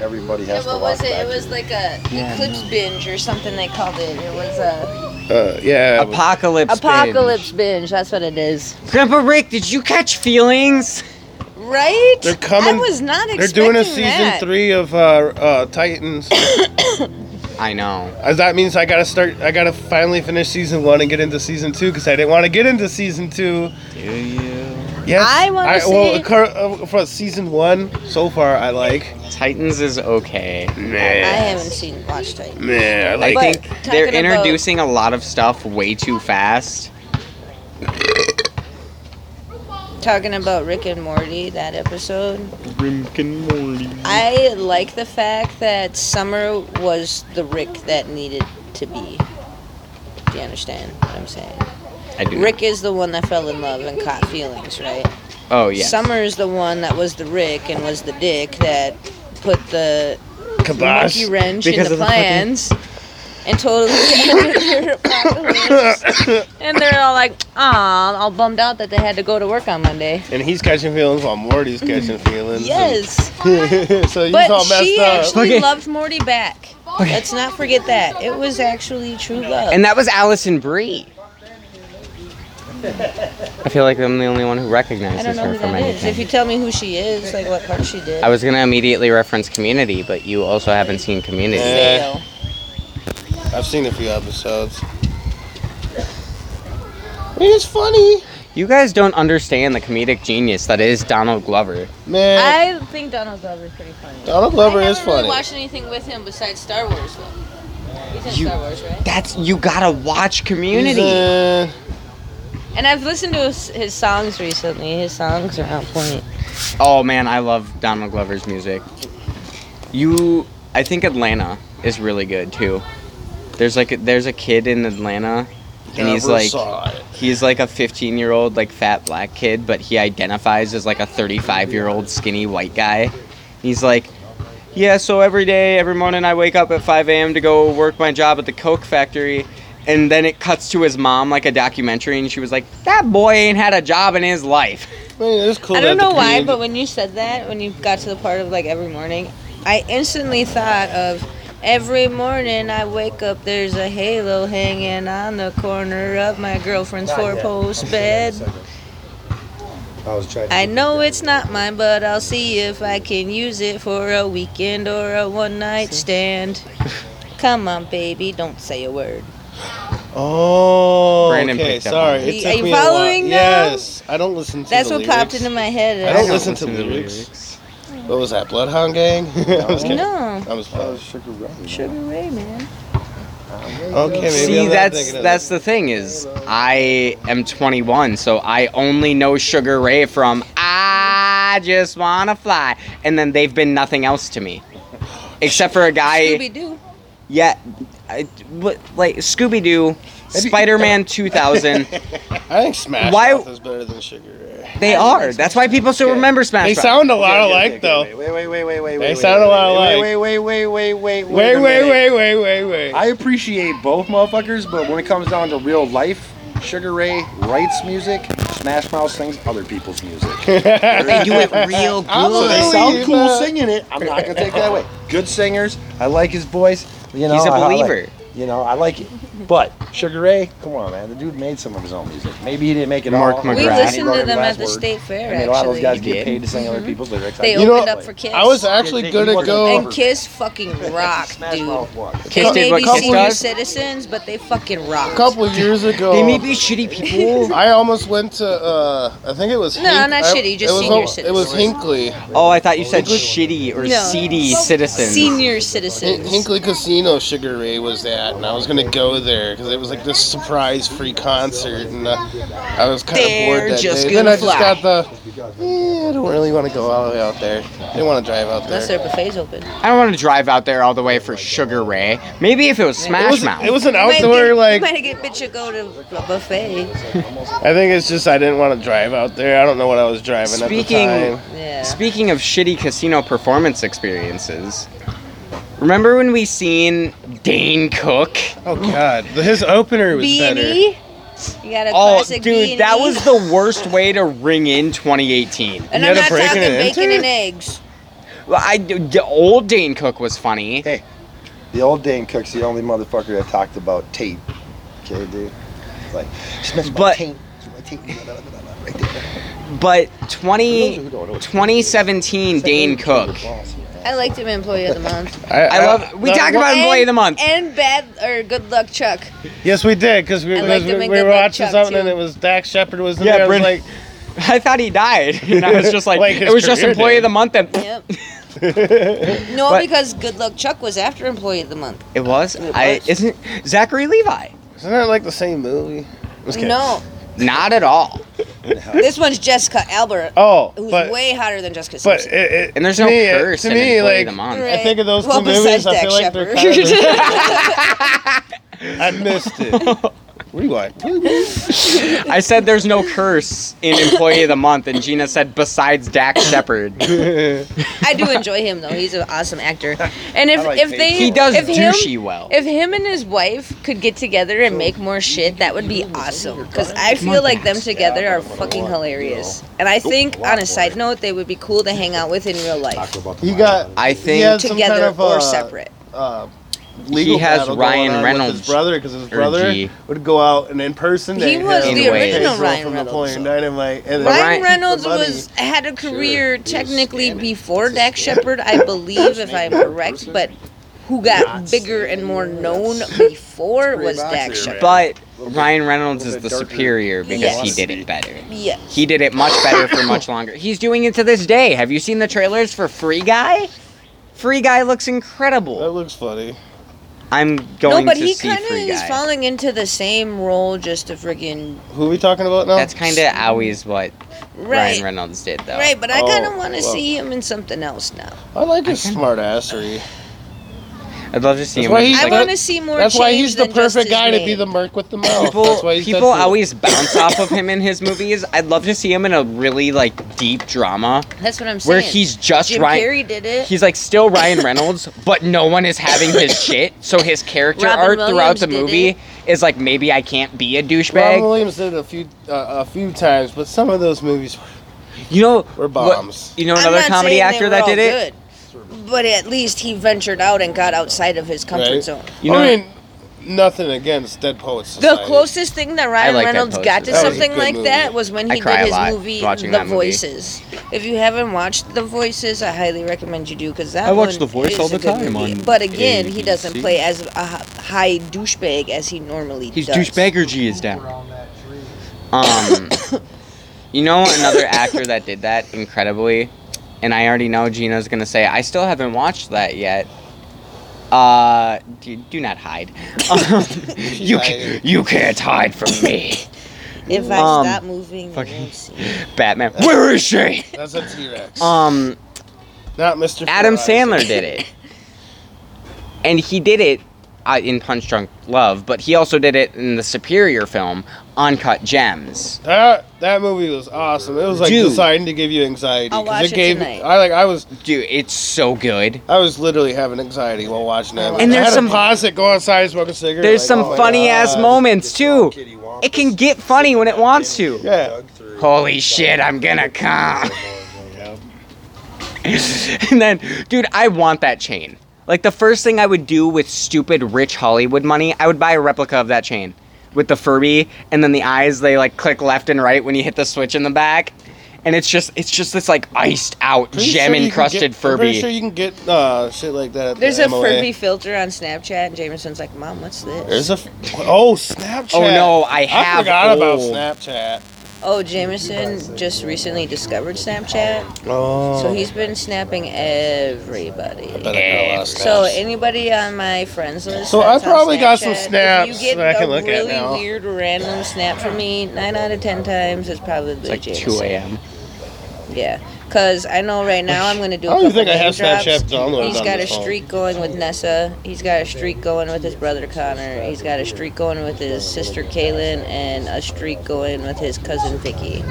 S8: everybody has to
S3: what
S8: walk
S3: was it?
S8: back
S3: It was
S8: to-
S3: like a eclipse binge or something they called it. It was a
S2: Uh, yeah.
S1: Apocalypse.
S3: apocalypse binge. That's what it is.
S1: Binge. Grandpa Rick, did you catch feelings?
S3: Right?
S2: They're coming-
S3: I was not
S2: They're
S3: expecting
S2: doing a season
S3: that.
S2: three of uh, uh, Titans.
S1: I know.
S2: Uh, that means I gotta start. I gotta finally finish season one and get into season two because I didn't want to get into season two.
S1: Do you?
S2: Yes,
S3: I wanna
S2: Well,
S3: see-
S2: cur- uh, for season one so far, I like.
S1: Titans is okay.
S3: I
S2: Man,
S3: haven't seen Watch Titan.
S2: man, I
S1: I
S2: like.
S3: But
S1: think they're
S3: talking about-
S1: introducing a lot of stuff way too fast.
S3: Talking about Rick and Morty, that episode. Rick and Morty. I like the fact that Summer was the Rick that needed to be. Do you understand what I'm saying?
S1: I do.
S3: Rick is the one that fell in love and caught feelings, right?
S1: Oh yeah.
S3: Summer is the one that was the Rick and was the dick that put the
S2: kibosh.
S3: monkey wrench
S1: because of
S3: in the
S1: the fucking-
S3: plans and totally ended their apocalypse. and they're all like, "Ah, all bummed out that they had to go to work on Monday."
S2: And he's catching feelings while Morty's catching feelings.
S3: Yes,
S2: and- so he's all
S3: but
S2: messed
S3: she
S2: up.
S3: actually
S1: Okay.
S3: loved Morty back. Let's not forget that it was actually true love.
S1: And that was Allison Brie. I feel like I'm the only one who recognizes
S3: I don't know
S1: her
S3: who
S1: from
S3: that is. If you
S1: anything.
S3: tell me who she is, like what part she did,
S1: I was gonna immediately reference Community, but you also haven't seen Community.
S2: Yeah.
S3: fail.
S2: I've seen a few episodes. I mean, it's funny,
S1: You guys don't understand the comedic genius that is Donald Glover.
S2: man.
S6: I think Donald Glover's pretty funny.
S2: Donald Glover is
S3: I haven't
S2: funny.
S3: really watched anything with him besides Star Wars. Though. He's in
S1: You-
S3: Star Wars, right?
S1: That's you gotta watch
S2: He's uh,
S1: Community.
S2: in-
S6: And I've listened to his, his songs recently. His songs are on point.
S1: Oh man, I love Donald Glover's music. You, I think Atlanta is really good too. There's like a, there's a kid in Atlanta, and he's like he's like a 15 year old like fat black kid, but he identifies as like a 35 year old skinny white guy. He's like, yeah. So every day, every morning, I wake up at 5 a.m. to go work my job at the Coke factory. And then it cuts to his mom like a documentary, and she was like, "That boy ain't had a job in his life."
S2: Man, it's cool
S6: I don't
S2: that the
S6: know why,
S2: community-
S6: but when you said that, when you got to the part of like every morning,
S3: I instantly thought of every morning I wake up, there's a halo hanging on the corner of my girlfriend's four post bed.
S8: I was trying. to-
S3: I know it's not mine, but I'll see if I can use it for a weekend or a one night stand. Come on, baby, don't say a word.
S2: Oh,
S1: Brandon
S2: okay.
S1: picked up
S2: Sorry,
S1: on
S2: it
S3: it.
S2: took
S3: Are you
S2: me a while.
S3: following now?
S2: Yes, I don't listen to.
S3: That's
S2: the
S3: what popped
S2: lyrics.
S3: into my head.
S2: I don't
S3: as-
S2: listen to lyrics. What was that, Bloodhound Gang? I was kidding.
S3: No,
S2: I was
S8: Oh,
S2: playing.
S8: Sugar Rush.
S3: Sugar Ray, man.
S2: Okay, maybe
S1: See,
S2: I'm not
S1: that's
S2: thinking of
S1: that's
S2: it.
S1: the thing is, I am 21, so I only know Sugar Ray from "I Just Wanna Fly," and then they've been nothing else to me, except for a guy.
S3: Scooby Doo.
S1: Yeah, I, what, like Scooby Doo, Spider-Man 2000.
S2: I think Smash
S1: Why-
S2: Mouth is better than Sugar Ray.
S1: They are. That's why people still remember Smash
S2: They
S1: Mouth.
S2: sound a lot
S8: Okay, okay,
S2: alike,
S8: okay,
S2: though.
S8: Wait, wait, wait, wait, wait.
S2: They
S8: wait,
S2: sound a
S8: wait,
S2: lot
S8: wait,
S2: alike.
S8: Wait, wait, wait, wait, wait, wait.
S2: Wait,
S8: a
S2: wait,
S8: minute.
S2: wait, wait, wait, wait.
S8: I appreciate both motherfuckers, but when it comes down to real life, Sugar Ray writes music, Smash Mouth sings other people's music.
S1: They do it real
S8: So they
S1: good.
S8: sound cool
S2: Believe it.
S8: singing it. I'm not gonna take that away. Good singers. I like his voice. You know,
S1: He's a
S8: I- I like-
S1: believer.
S8: you know, I like it. But Sugar Ray, come on, man. The dude made some of his own music. Maybe he didn't make it
S1: Mark
S8: all.
S1: McGrath.
S3: We
S1: Right.
S3: listened
S8: He
S3: to
S8: wrote
S3: them
S8: his
S3: at
S8: last
S3: the
S8: word.
S3: state fair,
S8: I mean, a lot of those
S3: actually.
S8: guys
S1: You
S8: get
S1: did? Mm-hmm.
S8: paid to sing other people's lyrics.
S3: They
S8: I-
S2: You know-
S3: opened up for Kiss.
S2: I was oh. actually
S8: They-
S2: gonna
S8: they-
S2: go.
S3: And Kiss fucking rock,
S8: Smash
S3: dude.
S8: Mouth was.
S1: Kiss
S3: they
S1: did
S3: may
S1: what
S3: be
S1: Kiss
S3: senior
S1: does.
S3: citizens, but they fucking
S2: A
S3: rock.
S2: couple years ago,
S1: They may be shitty people.
S2: I almost went to. Uh, I think it was.
S3: No,
S2: Hink-
S3: not
S2: I-
S3: shitty, just
S2: it was
S3: senior
S2: al- It was
S3: citizens.
S2: Hinkley.
S1: Oh, I thought you said shitty or
S3: No.
S1: seedy citizens.
S3: Senior
S2: Hin-
S3: citizens.
S2: Hinkley Casino Sugar Ray was at, and I was gonna go there because it was like this surprise free concert, and uh, I was kind of
S1: They're
S2: bored that
S1: just
S2: day.
S1: gonna
S2: Then I just
S1: fly.
S2: got the, eh, I don't really want to go all the way out there. Didn't want to drive out there.
S3: Unless their buffet's open.
S1: I don't want to drive out there all the way for Sugar Ray. Maybe if it was Smash
S2: it was,
S1: Mouth.
S2: it was an
S3: Might
S2: outdoor
S3: get-
S2: like.
S3: might get bitch to go to a buffet.
S2: I think it's just I didn't want to drive out there. I don't know what I was driving
S1: Speaking-
S2: at the time.
S3: Yeah.
S1: Speaking of shitty casino performance experiences, remember when we seen Dane Cook?
S2: Oh God, his opener was better.
S3: Beanie. E? You got a
S1: Oh,
S3: classic E?
S1: dude,
S3: beanie.
S1: that was the worst way to ring in 2018.
S3: And
S2: You had
S3: I'm
S2: a
S3: not
S2: break
S3: talking
S2: and an
S3: bacon
S2: enter?
S3: and eggs.
S1: Well, I d- old Dane Cook was funny.
S8: The old Dane Cook's the only motherfucker that talked about tape. Okay, dude. It's like, smash my
S1: But-
S8: tape. smash my tape, blah, blah, blah, blah, right there.
S1: But
S8: For those who
S1: 20,
S8: don't know, it's-
S1: 2017 Dane Cook.
S3: I liked him employee of the month.
S1: I love. We
S2: that
S1: talked
S2: one-
S1: about employee of the month.
S3: And bad or good luck Chuck.
S2: Yes, we did because we,
S3: I
S2: because
S3: liked
S2: we,
S3: him in
S2: we
S3: Good
S2: were
S3: Luck
S2: watching
S3: Chuck,
S2: something
S3: too.
S2: and it was Dax Shepard was in
S1: Yeah,
S2: there. I was
S1: Bryn-
S2: like,
S1: I thought he died. And I was just like,
S2: Like his
S1: it was just
S2: career
S1: employee of
S2: did.
S1: the month. And
S3: Yep. no,
S1: But-
S3: because good luck Chuck was after employee of the month.
S1: it was. I isn't Zachary Levi.
S2: isn't that like the same movie? I'm just kidding.
S3: No,
S1: Not at all.
S3: this one's Jessica Albert,
S2: Oh,
S3: who's
S2: but
S3: way hotter than Jessica
S2: but
S3: Simpson.
S2: it, it,
S1: And there's
S2: to
S1: no
S2: me, it-
S1: curse
S2: to
S1: in
S2: me,
S1: employee
S2: like
S1: of the month.
S2: I think of those
S3: Well,
S2: two movies.
S3: besides
S2: I feel
S3: Dax
S2: like they're kind
S3: Shepard.
S2: of I missed it. Rewind.
S1: I said there's no curse in employee of the month, and Gina said besides Dak Shepard.
S3: I do enjoy him though; he's an awesome actor. And if
S8: like
S3: if
S8: Paige.
S3: they
S1: He does
S3: if him,
S1: douchey well.
S3: if him and his wife could get together and make more shit, that would be awesome. Because I feel like them together are fucking hilarious. And I think, on a side note, they would be cool to hang out with in real life,
S2: He got
S1: I think
S2: Yeah, some
S3: together
S2: kind of,
S3: or
S2: uh,
S3: separate.
S2: uh, legal
S1: He has
S2: battle
S1: Ryan
S2: going on
S1: Reynolds
S2: with his brother because his
S1: or
S2: brother
S1: G.
S2: would go out and in person.
S3: He
S2: they
S3: was
S2: had
S1: the
S2: Jake
S1: original
S2: Hazel
S3: Ryan
S2: from
S3: Reynolds,
S2: Napoleon
S3: so.
S2: Dynamite,
S1: But
S2: and then-
S1: Ryan-
S3: Ryan Reynolds
S2: Buddy.
S3: was had a career technically before Dak Shepard, I believe, if I'm correct, but who got bigger and more known before was Dak Shepard.
S1: But Ryan Reynolds is the
S8: darker.
S1: superior because he
S3: Yes.
S1: did it better.
S3: Yeah.
S1: He did it much better for much longer. He's doing it to this day. Have you seen the trailers for Free Guy? Free Guy looks
S2: That
S1: incredible.
S2: looks funny.
S1: I'm going
S3: no, but
S1: to
S3: he
S1: see
S3: kind of
S1: Free
S3: is
S1: Guy.
S3: falling into the same role, just a friggin'
S2: Who are we talking about now?
S1: That's kind of always what
S3: right,
S1: Ryan Reynolds did, though.
S3: right. But I
S2: Oh,
S3: kind of want to
S2: well.
S3: see him in something else now.
S2: I like his smart assery.
S1: I'd love to see
S2: That's
S1: him.
S2: why
S1: with
S2: he's
S1: just,
S3: I
S2: like-
S3: want to see more.
S2: That's why
S3: change
S2: he's the
S3: than just
S2: perfect
S3: his
S2: guy to be
S3: name.
S2: the merc with the mouth. Oh, That's
S1: people
S2: why he's
S1: people
S2: Deadpool.
S1: always bounce off of him in his movies. I'd love to see him in a really like deep drama
S6: That's what I'm saying.
S1: where he's just
S3: Jim
S1: Ryan.
S3: Carrey did it.
S1: He's like still Ryan Reynolds, but no one is having his shit. So his character
S6: Robin
S1: art throughout
S6: Williams
S1: the
S6: did
S1: movie is like maybe I can't be a
S2: Robin
S1: douchebag.
S2: Williams did it a few uh, a few times, but some of those movies
S1: You know,
S2: were
S1: what-
S2: bombs.
S1: you know
S3: I'm
S1: another
S3: not
S1: comedy
S3: saying
S1: actor
S3: they
S1: that
S3: were
S1: did
S3: all
S1: it.
S3: good, But at least he ventured out and got outside of his comfort
S2: Right.
S3: zone.
S1: You know,
S2: I mean, nothing against Dead Poets
S3: The
S2: Society.
S3: closest thing that Ryan
S1: like that
S3: Reynolds
S1: poster.
S3: got to
S2: That was a
S3: something
S2: good
S3: like
S2: movie.
S3: that was when
S1: I
S3: he
S1: cry a
S3: did his
S1: lot
S3: movie,
S1: watching
S3: The
S1: that movie.
S3: Voices. If you haven't watched The Voices, I highly recommend you do because that
S1: I watch
S3: one
S1: The Voice
S3: is
S1: all
S3: a
S1: the
S3: good
S1: time
S3: movie.
S1: on
S3: But again, he
S1: ABC.
S3: doesn't play as a h- high douchebag as he normally
S1: He's
S3: does.
S1: douchebaggergy is down. Um, you know another actor that did that incredibly, and I already know Gina's gonna say I still haven't watched that yet. Uh, do, do not hide. Um, you can, you can't hide from me,
S3: If I
S1: Um,
S3: stop moving, you
S1: fucking-
S3: won't see. me.
S1: Batman. Where is she?
S2: That's a T Rex.
S1: Um,
S2: Not Mr.
S1: Adam
S2: Fry.
S1: Sandler did it, and he did it uh, in Punch Drunk Love, but he also did it in the Superior film, Uncut Gems.
S2: That that movie was awesome. It was like
S1: Dude.
S2: designed to give you anxiety.
S3: I'll
S2: 'cause
S3: watch
S2: it
S3: it
S2: gave
S3: tonight.
S2: I like I was
S1: Dude, it's so good.
S2: I was literally having anxiety while watching that.
S1: And
S2: I
S1: there's
S2: had
S1: some-
S2: to pause it, go outside, smoke a cigarette.
S1: There's
S2: like,
S1: some
S2: oh my
S1: funny
S2: God.
S1: ass moments too.
S8: Kitty Wampas.
S1: It can get funny when it wants to.
S2: Yeah.
S1: Holy shit, I'm gonna come.
S2: oh
S1: and then, dude, I want that chain. Like the first thing I would do with stupid rich Hollywood money, I would buy a replica of that chain with the Furby and then the eyes they like click left and right when you hit the switch in the back. And it's just it's just this like iced out
S2: Pretty
S1: gem
S2: sure you can
S1: encrusted
S2: get- I'm
S1: Furby.
S2: pretty sure you can get uh, shit like that. At the
S3: There's a
S2: MOA.
S3: Furby filter on Snapchat, and Jameson's like, "Mom, what's this?"
S2: There's a f- oh Snapchat.
S1: oh no, I have
S2: I forgot about
S1: old.
S2: Snapchat.
S3: oh, Jameson just recently discovered Snapchat,
S2: Oh.
S3: so he's been snapping everybody.
S2: I bet I got a lot of
S3: So
S2: snaps.
S3: anybody on my friends list?
S2: So I
S3: that's on
S2: probably got some
S3: Snapchat,
S2: snaps
S3: If you get
S2: that I can
S3: a
S2: look at
S3: really
S2: now.
S3: weird random snap from me, nine out of ten times it's probably
S1: It's like
S3: Jameson.
S1: 2 a.m.
S3: Yeah, because I know right now I'm gonna do. a
S2: I don't even
S3: couple
S2: think I have
S3: name
S2: Snapchat
S3: drops.
S2: downloaded
S3: He's
S2: on
S3: got
S2: my
S3: a
S2: phone.
S3: streak going with Nessa. He's got a streak going with his brother Connor. He's got a streak going with his sister Kaylin, and a streak going with his cousin Vicky.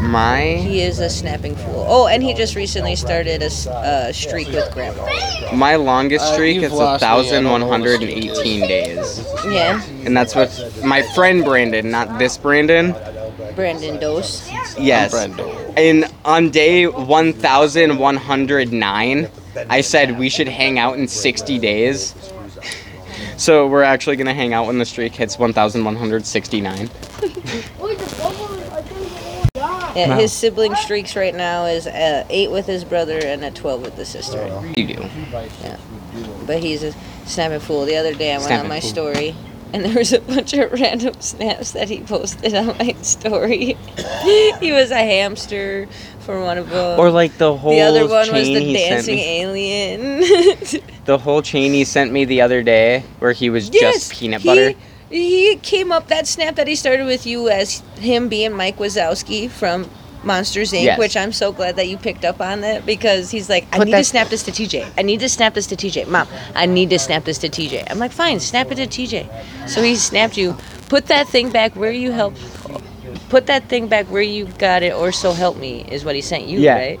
S1: My
S3: He is a snapping fool. Oh, and he just recently started a s- uh, streak with Grandpa.
S1: My longest
S2: Uh,
S1: streak
S2: you've
S1: is
S2: lost me. I don't know what the streak is.
S1: 1,118 days.
S3: Yeah,
S1: And that's with my friend Brandon, not this Brandon.
S3: Brandon Dose.
S1: Yes.
S2: Brando.
S1: And on day 1,109, I said we should hang out in 60 days. So we're actually going to hang out when the streak hits 1,169.
S3: Yeah,
S1: Wow.
S3: his sibling streaks right now is uh, eight with his brother and a twelve with the sister.
S1: You do.
S3: But he's a snapping fool. The other day I went
S1: Snapping
S3: on my
S1: fool.
S3: story and there was a bunch of random snaps that he posted on my story. he was a hamster for one of them.
S1: Or like the whole
S3: the other one
S1: chain
S3: was the
S1: he sent
S3: dancing
S1: me.
S3: alien.
S1: The whole chain he sent me the other day where he was
S3: yes,
S1: just peanut
S3: he-
S1: butter.
S3: He came up that snap that he started with you as him being Mike Wazowski from Monsters Inc.,
S1: Yes.
S3: which I'm so glad that you picked up on that because he's like, I
S1: But
S3: need to
S1: that's-
S3: snap this to TJ. I need to snap this to TJ. Mom, I need to snap this to TJ. I'm like, fine, snap it to TJ. So he snapped you. Put that thing back where you helped. Put that thing back where you got it, or so help me, is what he sent you,
S1: Yeah.
S3: right?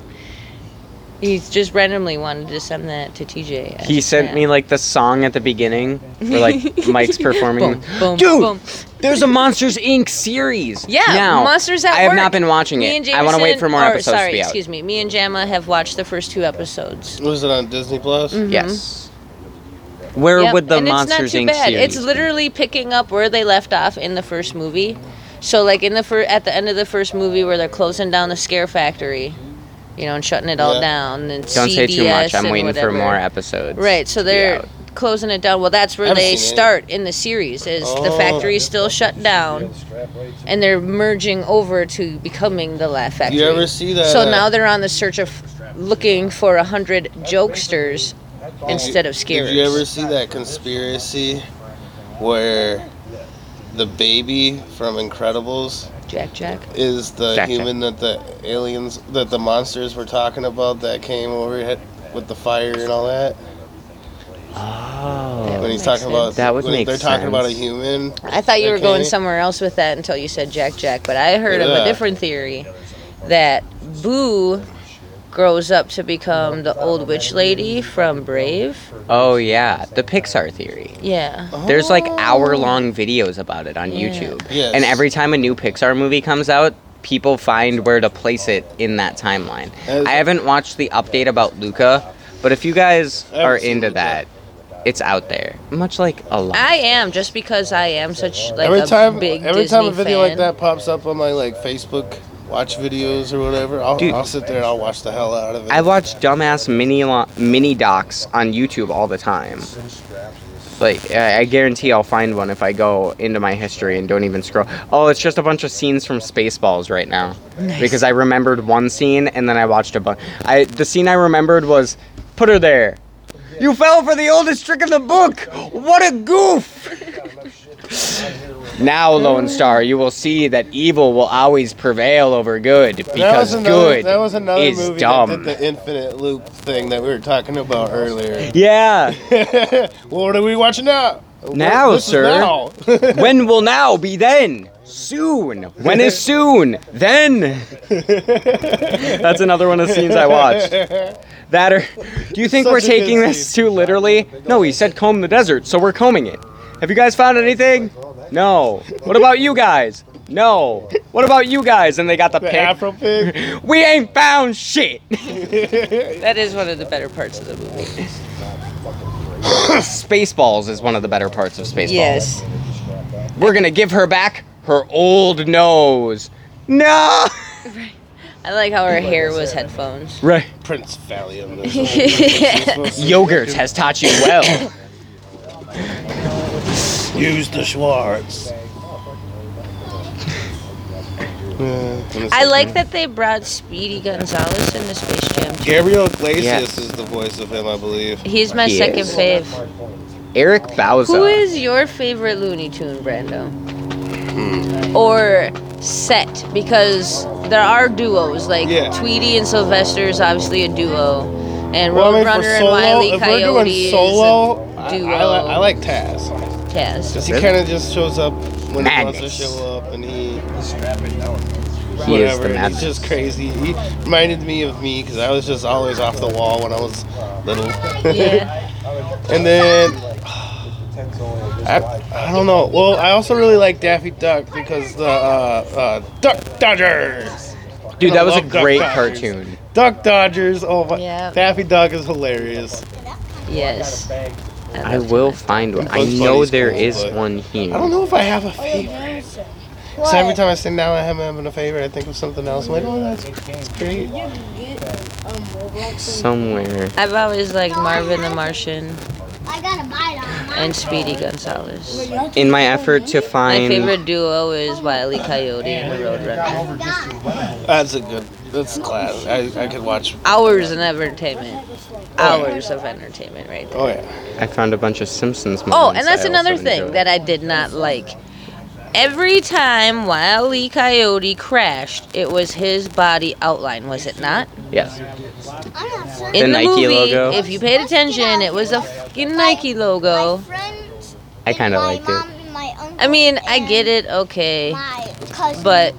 S3: He just randomly wanted to send that to TJ. as
S1: He
S3: a
S1: sent
S3: snap.
S1: me like the song at the beginning, where like Mike's performing.
S3: Boom, boom,
S1: Dude,
S3: boom.
S1: there's a Monsters Inc. series.
S3: Yeah,
S1: now.
S3: Monsters at
S1: I have
S3: Work.
S1: not been watching
S3: Me
S1: it.
S3: and
S1: I want to wait
S3: Jameson-
S1: for more
S3: or,
S1: episodes
S3: Sorry,
S1: to be out.
S3: excuse me. Me and Gemma have watched the first two episodes. Mm-hmm.
S2: Was it on Disney Plus?
S3: Mm,
S1: Yes. Where
S3: Yep,
S1: would the
S3: and
S1: Monsters
S3: it's not too
S1: Inc.
S3: bad.
S1: series?
S3: It's literally picking up where they left off in the first movie. So like in the fir- at the end of the first movie where they're closing down the scare factory, you know, and shutting it all
S2: Yeah.
S3: down and
S1: Don't say too much.
S3: CDS
S1: I'm
S3: and
S1: waiting
S3: whatever.
S1: for more episodes.
S3: Right, so
S1: to be
S3: they're
S1: out.
S3: closing it down. Well, that's where
S2: I've
S3: they
S2: seen it.
S3: start in the series. Is the
S2: Oh.
S3: factory's still shut down, and they're merging over to becoming the Laugh Factory.
S2: You ever see that?
S3: So
S2: uh,
S3: now they're on the search of looking for a hundred jokesters instead of scared.
S2: oh, Did you ever see that conspiracy where the baby from Incredibles
S3: Jack Jack?
S2: is the
S1: Jack, Jack.
S2: human that the aliens, that the monsters were talking about that came over hit with the fire and all that?
S1: Oh.
S2: when he's
S3: makes
S2: talking about
S1: sense. That would
S2: when
S1: make
S2: they're talking about a
S1: sense.
S2: human.
S3: I thought you were
S2: Okay.
S3: going somewhere else with that until you said Jack Jack, but I heard of a
S2: Yeah.
S3: different theory that Boo grows up to become the old witch lady from Brave.
S1: Oh yeah, the Pixar theory.
S3: Yeah.
S1: There's like hour long videos about it on
S3: Yeah.
S1: YouTube.
S2: Yes.
S1: And every time a new Pixar movie comes out, people find where to place it in that timeline.
S2: As-
S1: I haven't watched the update about Luca, but if you guys
S2: haven't
S1: are
S2: seen
S1: into
S2: Luca.
S1: that, it's out there. Much like a lot.
S3: I am just because I am such like
S2: every
S3: a
S2: time,
S3: big
S2: every
S3: Disney
S2: time a video
S3: fan.
S2: like that pops up on my like Facebook watch videos or whatever, I'll,
S1: Dude.
S2: I'll sit there and I'll watch the hell out of it.
S1: I watch dumbass mini lo- mini docs on YouTube all the time. Like I I guarantee I'll find one if I go into my history and don't even scroll. Oh, it's just a bunch of scenes from Spaceballs right now. Because I remembered one scene and then I watched a bunch. I the scene I remembered was put her there. You fell for the oldest trick in the book. What a goof. now, Lone Star, you will see that evil will always prevail over good
S2: that was
S1: because
S2: another,
S1: good
S2: that was another
S1: is
S2: movie
S1: dumb.
S2: that did the infinite loop thing that we were talking about earlier.
S1: Yeah.
S2: what are we watching now?
S1: Now,
S2: This is
S1: sir.
S2: now.
S1: when will now be then? Soon. When is soon? Then. That's another one of the scenes I watched. That or do you think
S2: Such
S1: we're
S2: a good
S1: taking this too literally? No, he said comb the desert, so we're combing it. Have you guys found anything? No. What about you guys? No. What about you guys? And they got the
S2: the
S1: pick.
S2: Afro pig.
S1: We ain't found shit.
S3: That is one of the better parts of the movie.
S1: Spaceballs is one of the better parts of Spaceballs.
S3: Yes.
S1: We're gonna give her back her old nose. No.
S3: I like how her hair was headphones.
S1: Right.
S2: Prince Valium.
S1: Yogurt has taught you well.
S2: Use the Schwartz.
S3: I like that they brought Speedy Gonzalez into Space Jam. too.
S2: Gabriel Iglesias
S1: Yes.
S2: is the voice of him, I believe.
S3: He's my
S1: He
S3: second
S1: is.
S3: fave.
S1: Eric Bauza.
S3: Who is your favorite Looney Tune, Brando?
S2: Hmm.
S3: Or set because there are duos like
S2: Yeah.
S3: Tweety and Sylvester is obviously a duo, and
S2: Well, I mean, for
S3: Roadrunner
S2: solo,
S3: and Wiley
S2: if
S3: Coyote
S2: we're doing
S3: is
S2: solo,
S3: a
S2: I, I,
S3: duo.
S2: li- I like Taz.
S3: Taz.
S2: Because he kind of just shows up when he
S1: Madness.
S2: wants to show up and he.
S1: He is the
S2: Whatever. and he's
S1: madness.
S2: just crazy. He reminded me of me because I was just always off the wall when I was little.
S3: Yeah.
S2: and then. I, I don't know. Well, I also really like Daffy Duck because the uh, uh, Duck Dodgers.
S1: Dude, that was a
S2: Love Duck
S1: great
S2: Dodgers.
S1: cartoon.
S2: Duck Dodgers. Oh my.
S3: Yeah.
S2: Daffy Duck is hilarious.
S3: Yes.
S1: I will find one. I
S2: Bugs
S1: know
S2: Bunny's
S1: there
S2: cool,
S1: is
S2: but-
S1: one
S2: I don't
S1: here.
S2: know if I have a
S3: Oh,
S2: favorite.
S4: What?
S2: So every time I sit down, I have having a favorite. I think of something else. I'm like, oh, that's, that's great.
S1: Somewhere.
S3: I've always liked Marvin the Martian
S4: I gotta buy it
S3: and Speedy Gonzalez.
S1: In my effort to
S3: My
S1: find.
S3: favorite duo is Wiley Coyote and the Roadrunner.
S2: That's a good. That's class. I, I could watch.
S3: Hours of entertainment. Hours of entertainment right there.
S2: Oh yeah.
S1: I found a bunch of Simpsons moments.
S3: Oh, and that's
S1: I
S3: another
S1: also
S3: thing
S1: enjoyed.
S3: that I did not like. Every time Wiley Coyote crashed, it was his body outline, was it not?
S1: Yes.
S4: on.
S3: In
S1: The Nike
S3: movie,
S1: logo.
S3: if you paid attention, it was a fucking Nike logo.
S1: I kind of liked it.
S3: I mean, I get it, okay,
S4: My cousin,
S3: but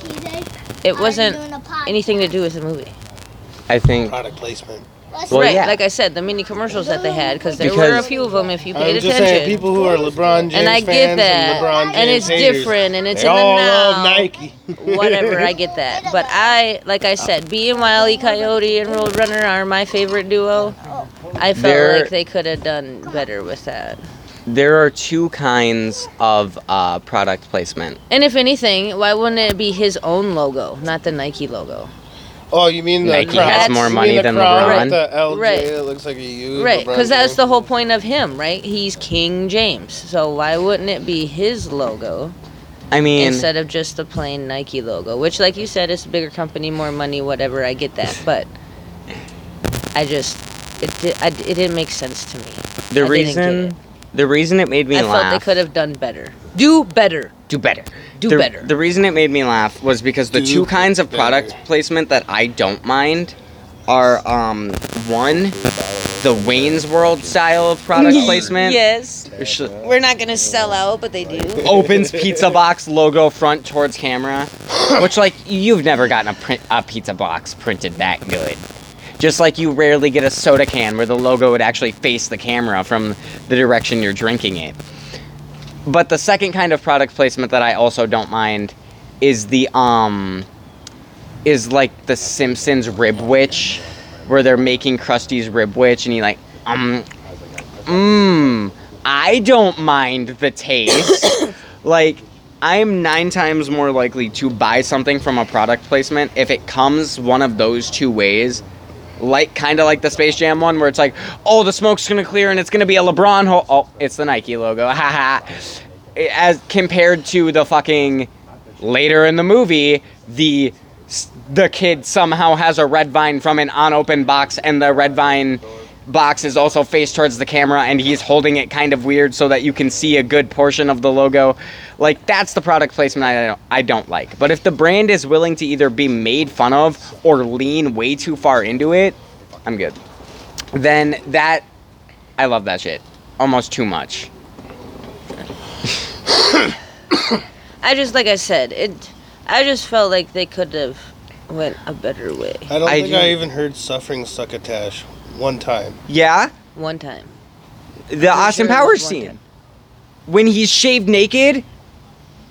S4: TJ,
S3: it wasn't
S4: I'm doing a podcast.
S3: anything to do with the movie.
S1: I think.
S2: Product placement.
S4: Let's
S1: Well,
S3: right,
S1: yeah.
S3: like I said, the mini commercials that they had, because there were a
S1: Because-
S3: few of them if you
S2: I'm
S3: paid
S2: just
S3: attention.
S2: saying, people who are LeBron James
S3: and I get
S2: fans
S3: that,
S2: and LeBron James
S3: and it's
S2: haters,
S3: different, and it's
S2: they
S3: in the
S2: all
S3: now.
S2: love Nike.
S3: whatever, I get that. But I, like I said, B and Wiley Coyote and Roadrunner are my favorite duo. I felt
S1: They're-
S3: like they could have done better with that.
S1: There are two kinds of uh, product placement.
S3: And if anything, why wouldn't it be his own logo, not the Nike logo?
S2: Oh, you mean the
S1: Nike
S2: crown?
S1: has
S3: That's-
S1: more
S2: you mean
S1: money
S2: the
S1: than
S2: crown
S1: LeBron.
S2: with The LJ
S3: Right.
S2: It looks like a U.
S3: Right,
S2: LeBron
S3: because that's
S2: James.
S3: the whole point of him, right? He's King James. So why wouldn't it be his logo
S1: I mean,
S3: instead of just the plain Nike logo? Which, like you said, it's a bigger company, more money, whatever. I get that, but I just
S6: it di- I, it didn't make sense to me.
S1: The
S6: I didn't get
S1: reason, the reason it made me
S6: I
S1: laugh.
S6: felt they could have done better. Do better.
S1: do better.
S6: Do
S1: the,
S6: better.
S1: The reason it made me laugh was because the
S2: Do
S1: two kinds of product
S2: better.
S1: placement that I don't mind are um one, the Wayne's World style of product placement.
S6: Yes.
S1: Sh-
S3: We're not gonna sell out, but they do.
S1: Opens pizza box logo front towards camera, which like you've never gotten a print a pizza box printed that good. Just like you rarely get a soda can where the logo would actually face the camera from the direction you're drinking it. But the second kind of product placement that I also don't mind is the um is like the Simpsons rib witch where they're making Krusty's rib witch and he like um mmm I don't mind the taste. like I'm nine times more likely to buy something from a product placement if it comes one of those two ways like kind of like the Space Jam one where it's like, oh, the smoke's gonna clear and it's gonna be a LeBron hole. Oh, it's the Nike logo. Haha. As compared to the fucking later in the movie, the s- the kid somehow has a red vine from an unopened box, and the red vine box is also faced towards the camera, and he's holding it kind of weird so that you can see a good portion of the logo. Like that's the product placement I don't I don't like. But if the brand is willing to either be made fun of or lean way too far into it, I'm good. Then that I love that shit almost too much.
S6: I just like I said it. I just felt like they could have went a better way
S2: I don't
S1: I
S2: think
S1: do-
S2: I even heard suffering succotash one time.
S1: Yeah,
S6: one time.
S1: the Austin
S6: sure it
S1: Powers
S6: was one
S1: scene
S6: time.
S1: when he's shaved naked.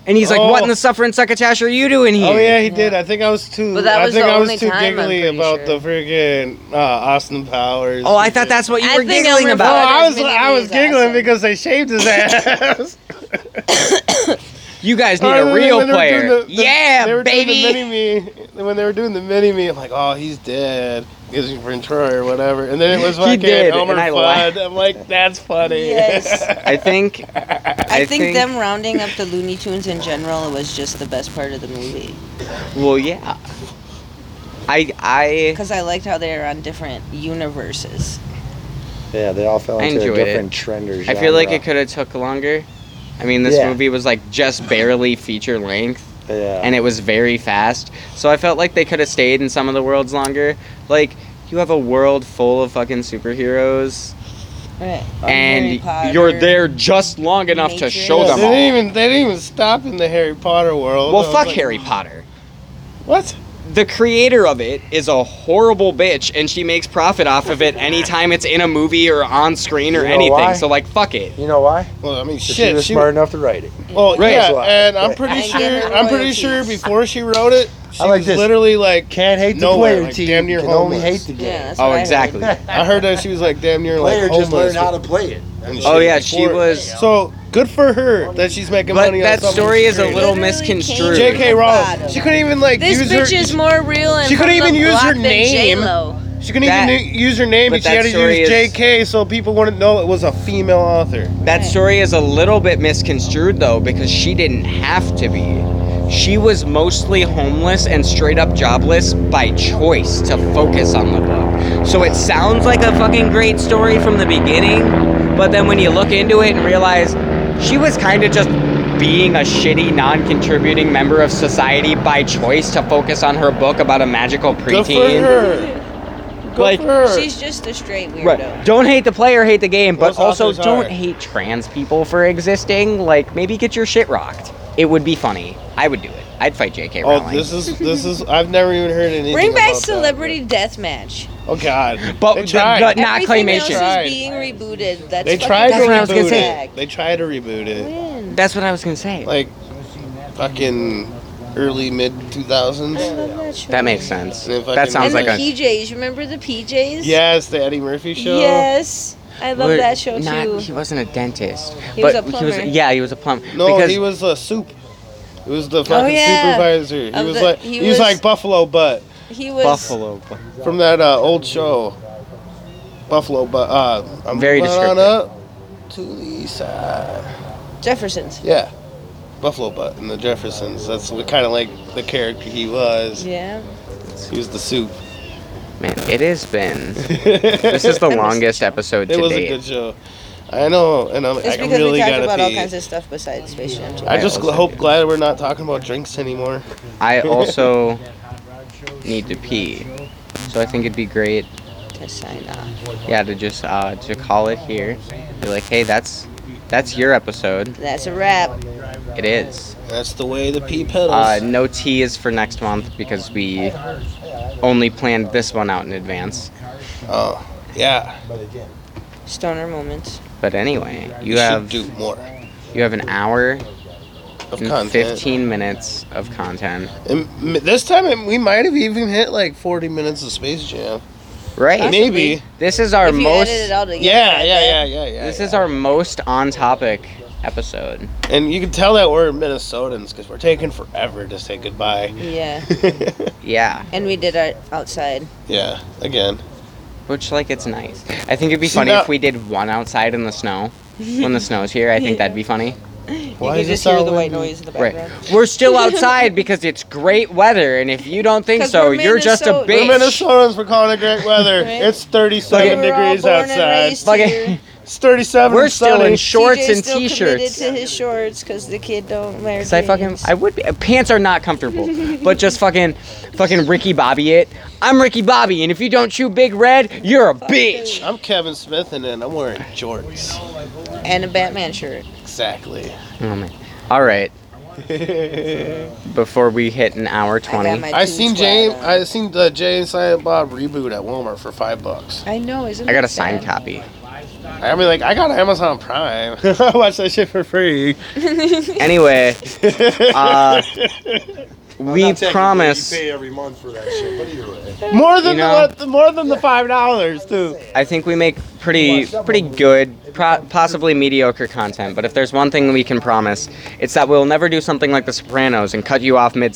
S1: And he's like, "What in
S2: Oh.
S1: the suffering succotash are you doing here?"
S2: Oh yeah, he did. I think I was too.
S6: But that was
S2: I think
S6: the
S2: I was
S6: only
S2: too
S6: time, I'm
S2: giggly
S6: pretty
S2: about
S6: sure.
S2: the friggin' uh, Austin Powers.
S1: Oh, I thought that's what you
S6: I
S1: were
S6: think I
S1: giggling
S6: remember
S2: Oh,
S1: about.
S6: that.
S2: I was
S6: Minnie
S2: I was
S6: was
S2: giggling
S6: awesome.
S2: because they shaved his ass.
S1: You guys need
S2: Or
S1: a
S2: when
S1: real
S2: they were doing
S1: player.
S2: the- the- they
S1: yeah,
S2: were Doing the
S1: baby.
S2: mini-me, when they were doing the mini me, I'm like, oh, he's dead. Gives me Ventura or whatever. And then it was
S1: He
S2: like
S1: did,
S2: Elmer
S1: and I
S2: Fudd.
S1: laughed.
S2: I'm like, that's funny.
S3: Yes.
S1: I think.
S3: I, think, them rounding up the Looney Tunes in general was just the best part of the movie
S1: Well, yeah. I I
S3: because I liked how they were on different universes.
S8: Yeah, they all fell
S1: I
S8: into a
S1: enjoyed it.
S8: different trend or
S1: I feel like it
S8: genre.
S1: could have took longer. I mean, this
S8: Yeah.
S1: movie was like just barely feature length,
S8: Yeah.
S1: and it was very fast. So I felt like they could have stayed in some of the worlds longer. Like you have a world full of fucking superheroes,
S3: Right. Harry Potter.
S1: and you're there just long enough to
S3: Matrix.
S1: show
S2: Yeah,
S1: them
S2: they
S1: all.
S2: didn't even they didn't even stop in the Harry Potter world. I
S1: Well,
S2: was
S1: fuck
S2: like,
S1: Harry Potter.
S2: What?
S1: the creator of it is a horrible bitch and she makes profit off of it anytime it's in a movie or on screen or
S8: You know
S1: anything.
S8: why?
S1: So like fuck it.
S8: you know why?
S2: Well, I mean,
S8: 'Cause
S2: shit.
S8: she was
S2: she-
S8: smart enough to write it.
S2: Well,
S8: Right.
S2: Oh, yeah,
S8: That's why.
S2: and I'm
S3: I
S2: pretty
S3: give her
S2: sure I'm pretty sure
S3: royalties.
S2: before she wrote it, she
S8: I like
S2: was
S8: this.
S2: literally like
S8: Can't hate the
S2: nowhere,
S8: player
S2: like,
S8: team.
S2: damn near
S8: you can only hate
S2: homeless.
S8: the
S3: Yeah,
S8: game.
S3: that's
S1: Oh,
S3: what I heard.
S1: exactly.
S2: I heard that she was like damn near like
S8: player just
S2: homeless.
S8: learned how to play it. And
S1: Oh
S8: she-
S1: yeah, she
S2: before-
S1: was.
S2: So good for her that she's making
S1: But
S2: money.
S1: that
S2: on something
S1: story
S2: she
S1: is a
S2: created.
S1: little
S3: Literally came
S1: misconstrued.
S3: from
S2: J.K.
S3: the
S2: Rowling.
S3: bottom.
S2: She couldn't even like
S6: This
S2: use
S6: bitch
S2: her.
S6: is more real and
S2: she
S6: from
S2: couldn't even
S6: the
S2: use her
S6: block than
S2: name.
S6: J-Lo.
S2: she couldn't
S1: that-
S2: even use her name,
S1: but
S2: but she
S1: that
S2: had to
S1: story
S2: use
S1: is-
S2: J.K. so people wouldn't know it was a female author.
S1: That story is a little bit misconstrued though because she didn't have to be. She was mostly homeless and straight up jobless by choice to focus on the book. So it sounds like a fucking great story from the beginning, but then when you look into it and realize she was kind of just being a shitty non-contributing member of society by choice to focus on her book about a magical
S2: Good for
S1: preteen.
S2: her. Good
S1: Like-
S2: for her.
S3: She's just a straight weirdo.
S1: Right. Don't hate the player, hate the game, but
S2: Most
S1: also
S2: authors
S1: don't
S2: are.
S1: hate trans people for existing. Like, maybe get your shit rocked. It would be funny. I would do it. I'd fight J.K.
S2: Oh,
S1: Rowling.
S2: this is this is. I've never even heard anything.
S3: Bring back
S2: about that.
S3: celebrity deathmatch.
S2: Oh God.
S1: But
S2: they
S1: the-
S2: tried.
S1: the- Not
S3: Everything
S1: claymation.
S3: Else
S2: Tried.
S3: is being rebooted. That's
S2: they
S3: fucking
S2: tried to
S1: That's what I
S2: reboot
S1: was gonna
S2: it.
S1: say.
S2: They tried to reboot it.
S1: That's what I was gonna say.
S2: Like fucking early mid 2000s.
S1: that makes sense.
S2: And if I
S1: That
S2: can-
S1: sounds
S3: and
S1: like
S3: the
S1: a.
S3: PJs. Remember the PJs?
S2: Yes, the Eddie Murphy show.
S3: Yes. I love
S1: We're
S3: that show
S1: not-
S3: too.
S1: He wasn't a dentist.
S3: He was
S1: but
S3: a plumber.
S1: yeah, he was a plumber.
S2: No,
S1: because
S2: he was a soup. He was the fucking
S3: yeah.
S2: supervisor. He
S3: Of
S2: was
S3: the-
S2: like
S3: he
S2: he, was
S3: was-
S2: like Buffalo Butt
S3: He was
S1: Buffalo.
S2: from that uh, old show. Buffalo Butt. Uh, I'm
S1: Very
S2: going on
S1: descriptive.
S2: up to the east side.
S3: Jefferson's.
S2: Yeah, Buffalo Butt and the Jeffersons. That's kind of like the character he was.
S3: Yeah.
S2: He was the soup.
S1: Man, it has been. This is the longest episode
S2: It
S1: to
S2: was a
S1: date.
S2: good show. I know, and I'm,
S3: It's
S2: I
S3: because we
S2: really
S3: talked
S2: gotta
S3: about all
S2: pee.
S3: kinds of stuff besides Space Jam 2.
S2: I just
S1: Yeah, it was
S2: hope
S1: good.
S2: glad we're not talking about drinks anymore.
S1: I also need to pee, so I think it'd be great.
S3: To sign off.
S1: Yeah, to just uh, to call it here. Be like, hey, that's that's your episode.
S3: That's a wrap.
S1: It is.
S2: That's the way the pee pedals.
S1: Uh, no tea is for next month because we only planned this one out in advance.
S2: oh, yeah.
S3: Stoner moments.
S1: But anyway, you
S2: should
S1: have
S2: do more
S1: you have an hour
S2: of
S1: and
S2: content.
S1: 15 minutes of content.
S2: And m- this time it, we might have even hit like 40 minutes of Space Jam.
S1: Right.
S2: Maybe.
S1: This is our
S3: if you
S1: most
S3: edit it all together.
S2: Yeah, yeah, yeah, yeah, yeah.
S1: This
S2: yeah.
S1: is our most on topic episode.
S2: And you can tell that we're Minnesotans because we're taking forever to say goodbye.
S3: Yeah. Mm.
S1: Yeah.
S3: And we did our outside.
S2: yeah, again.
S1: Which like it's nice. I think it'd be
S2: See,
S1: funny
S2: now-
S1: if we did one outside in the snow. When the snow's here, I think that'd be funny.
S2: Why
S3: you
S2: is
S3: can just
S2: it
S3: hear
S2: so
S3: the white
S2: windy?
S3: noise in the
S1: Right.
S3: background.
S1: We're still outside because it's great weather, and if you don't think
S3: 'Cause
S1: so,
S3: we're
S1: you're just a
S3: Minnesotans.
S2: We're
S1: bitch.
S2: Minnesotans for calling it great weather.
S3: Right.
S2: It's
S3: We
S2: 37
S3: were all
S2: degrees
S3: born and
S2: outside.
S3: raised
S1: Like,
S3: here.
S2: It's 37
S1: We're
S2: and
S1: still
S2: sunny.
S1: in shorts
S3: TJ's
S1: and
S3: still
S1: t
S3: committed
S1: shirts.
S3: to his shorts because the kid don't wear
S1: Cause I fucking
S3: jeans.
S1: I would be pants are not comfortable, but just fucking fucking Ricky Bobby it. I'm Ricky Bobby, and if you don't chew Big Red, you're a bitch.
S2: I'm Kevin Smith and then I'm wearing jorts.
S3: and a Batman shirt.
S2: Exactly.
S1: Oh, man. All right, before we hit an hour
S3: got
S1: twenty,
S3: my
S2: I
S3: dude's
S2: seen
S3: wet
S2: James.
S3: on.
S2: I seen the Jay and Silent Bob reboot at Walmart for five bucks.
S3: I know, isn't
S1: I got
S3: it
S1: a signed
S3: sad?
S1: copy.
S2: I mean, like I got Amazon Prime. I watch that shit for free.
S1: Anyway, uh, we
S8: Not technically,
S1: promise.
S8: You pay every month for that shit, but either way.
S2: More than
S1: You know-
S2: the more than the five dollars too.
S1: I think we make pretty pretty good, pro- possibly mediocre content. But if there's one thing we can promise, it's that we'll never do something like The Sopranos and cut you off mid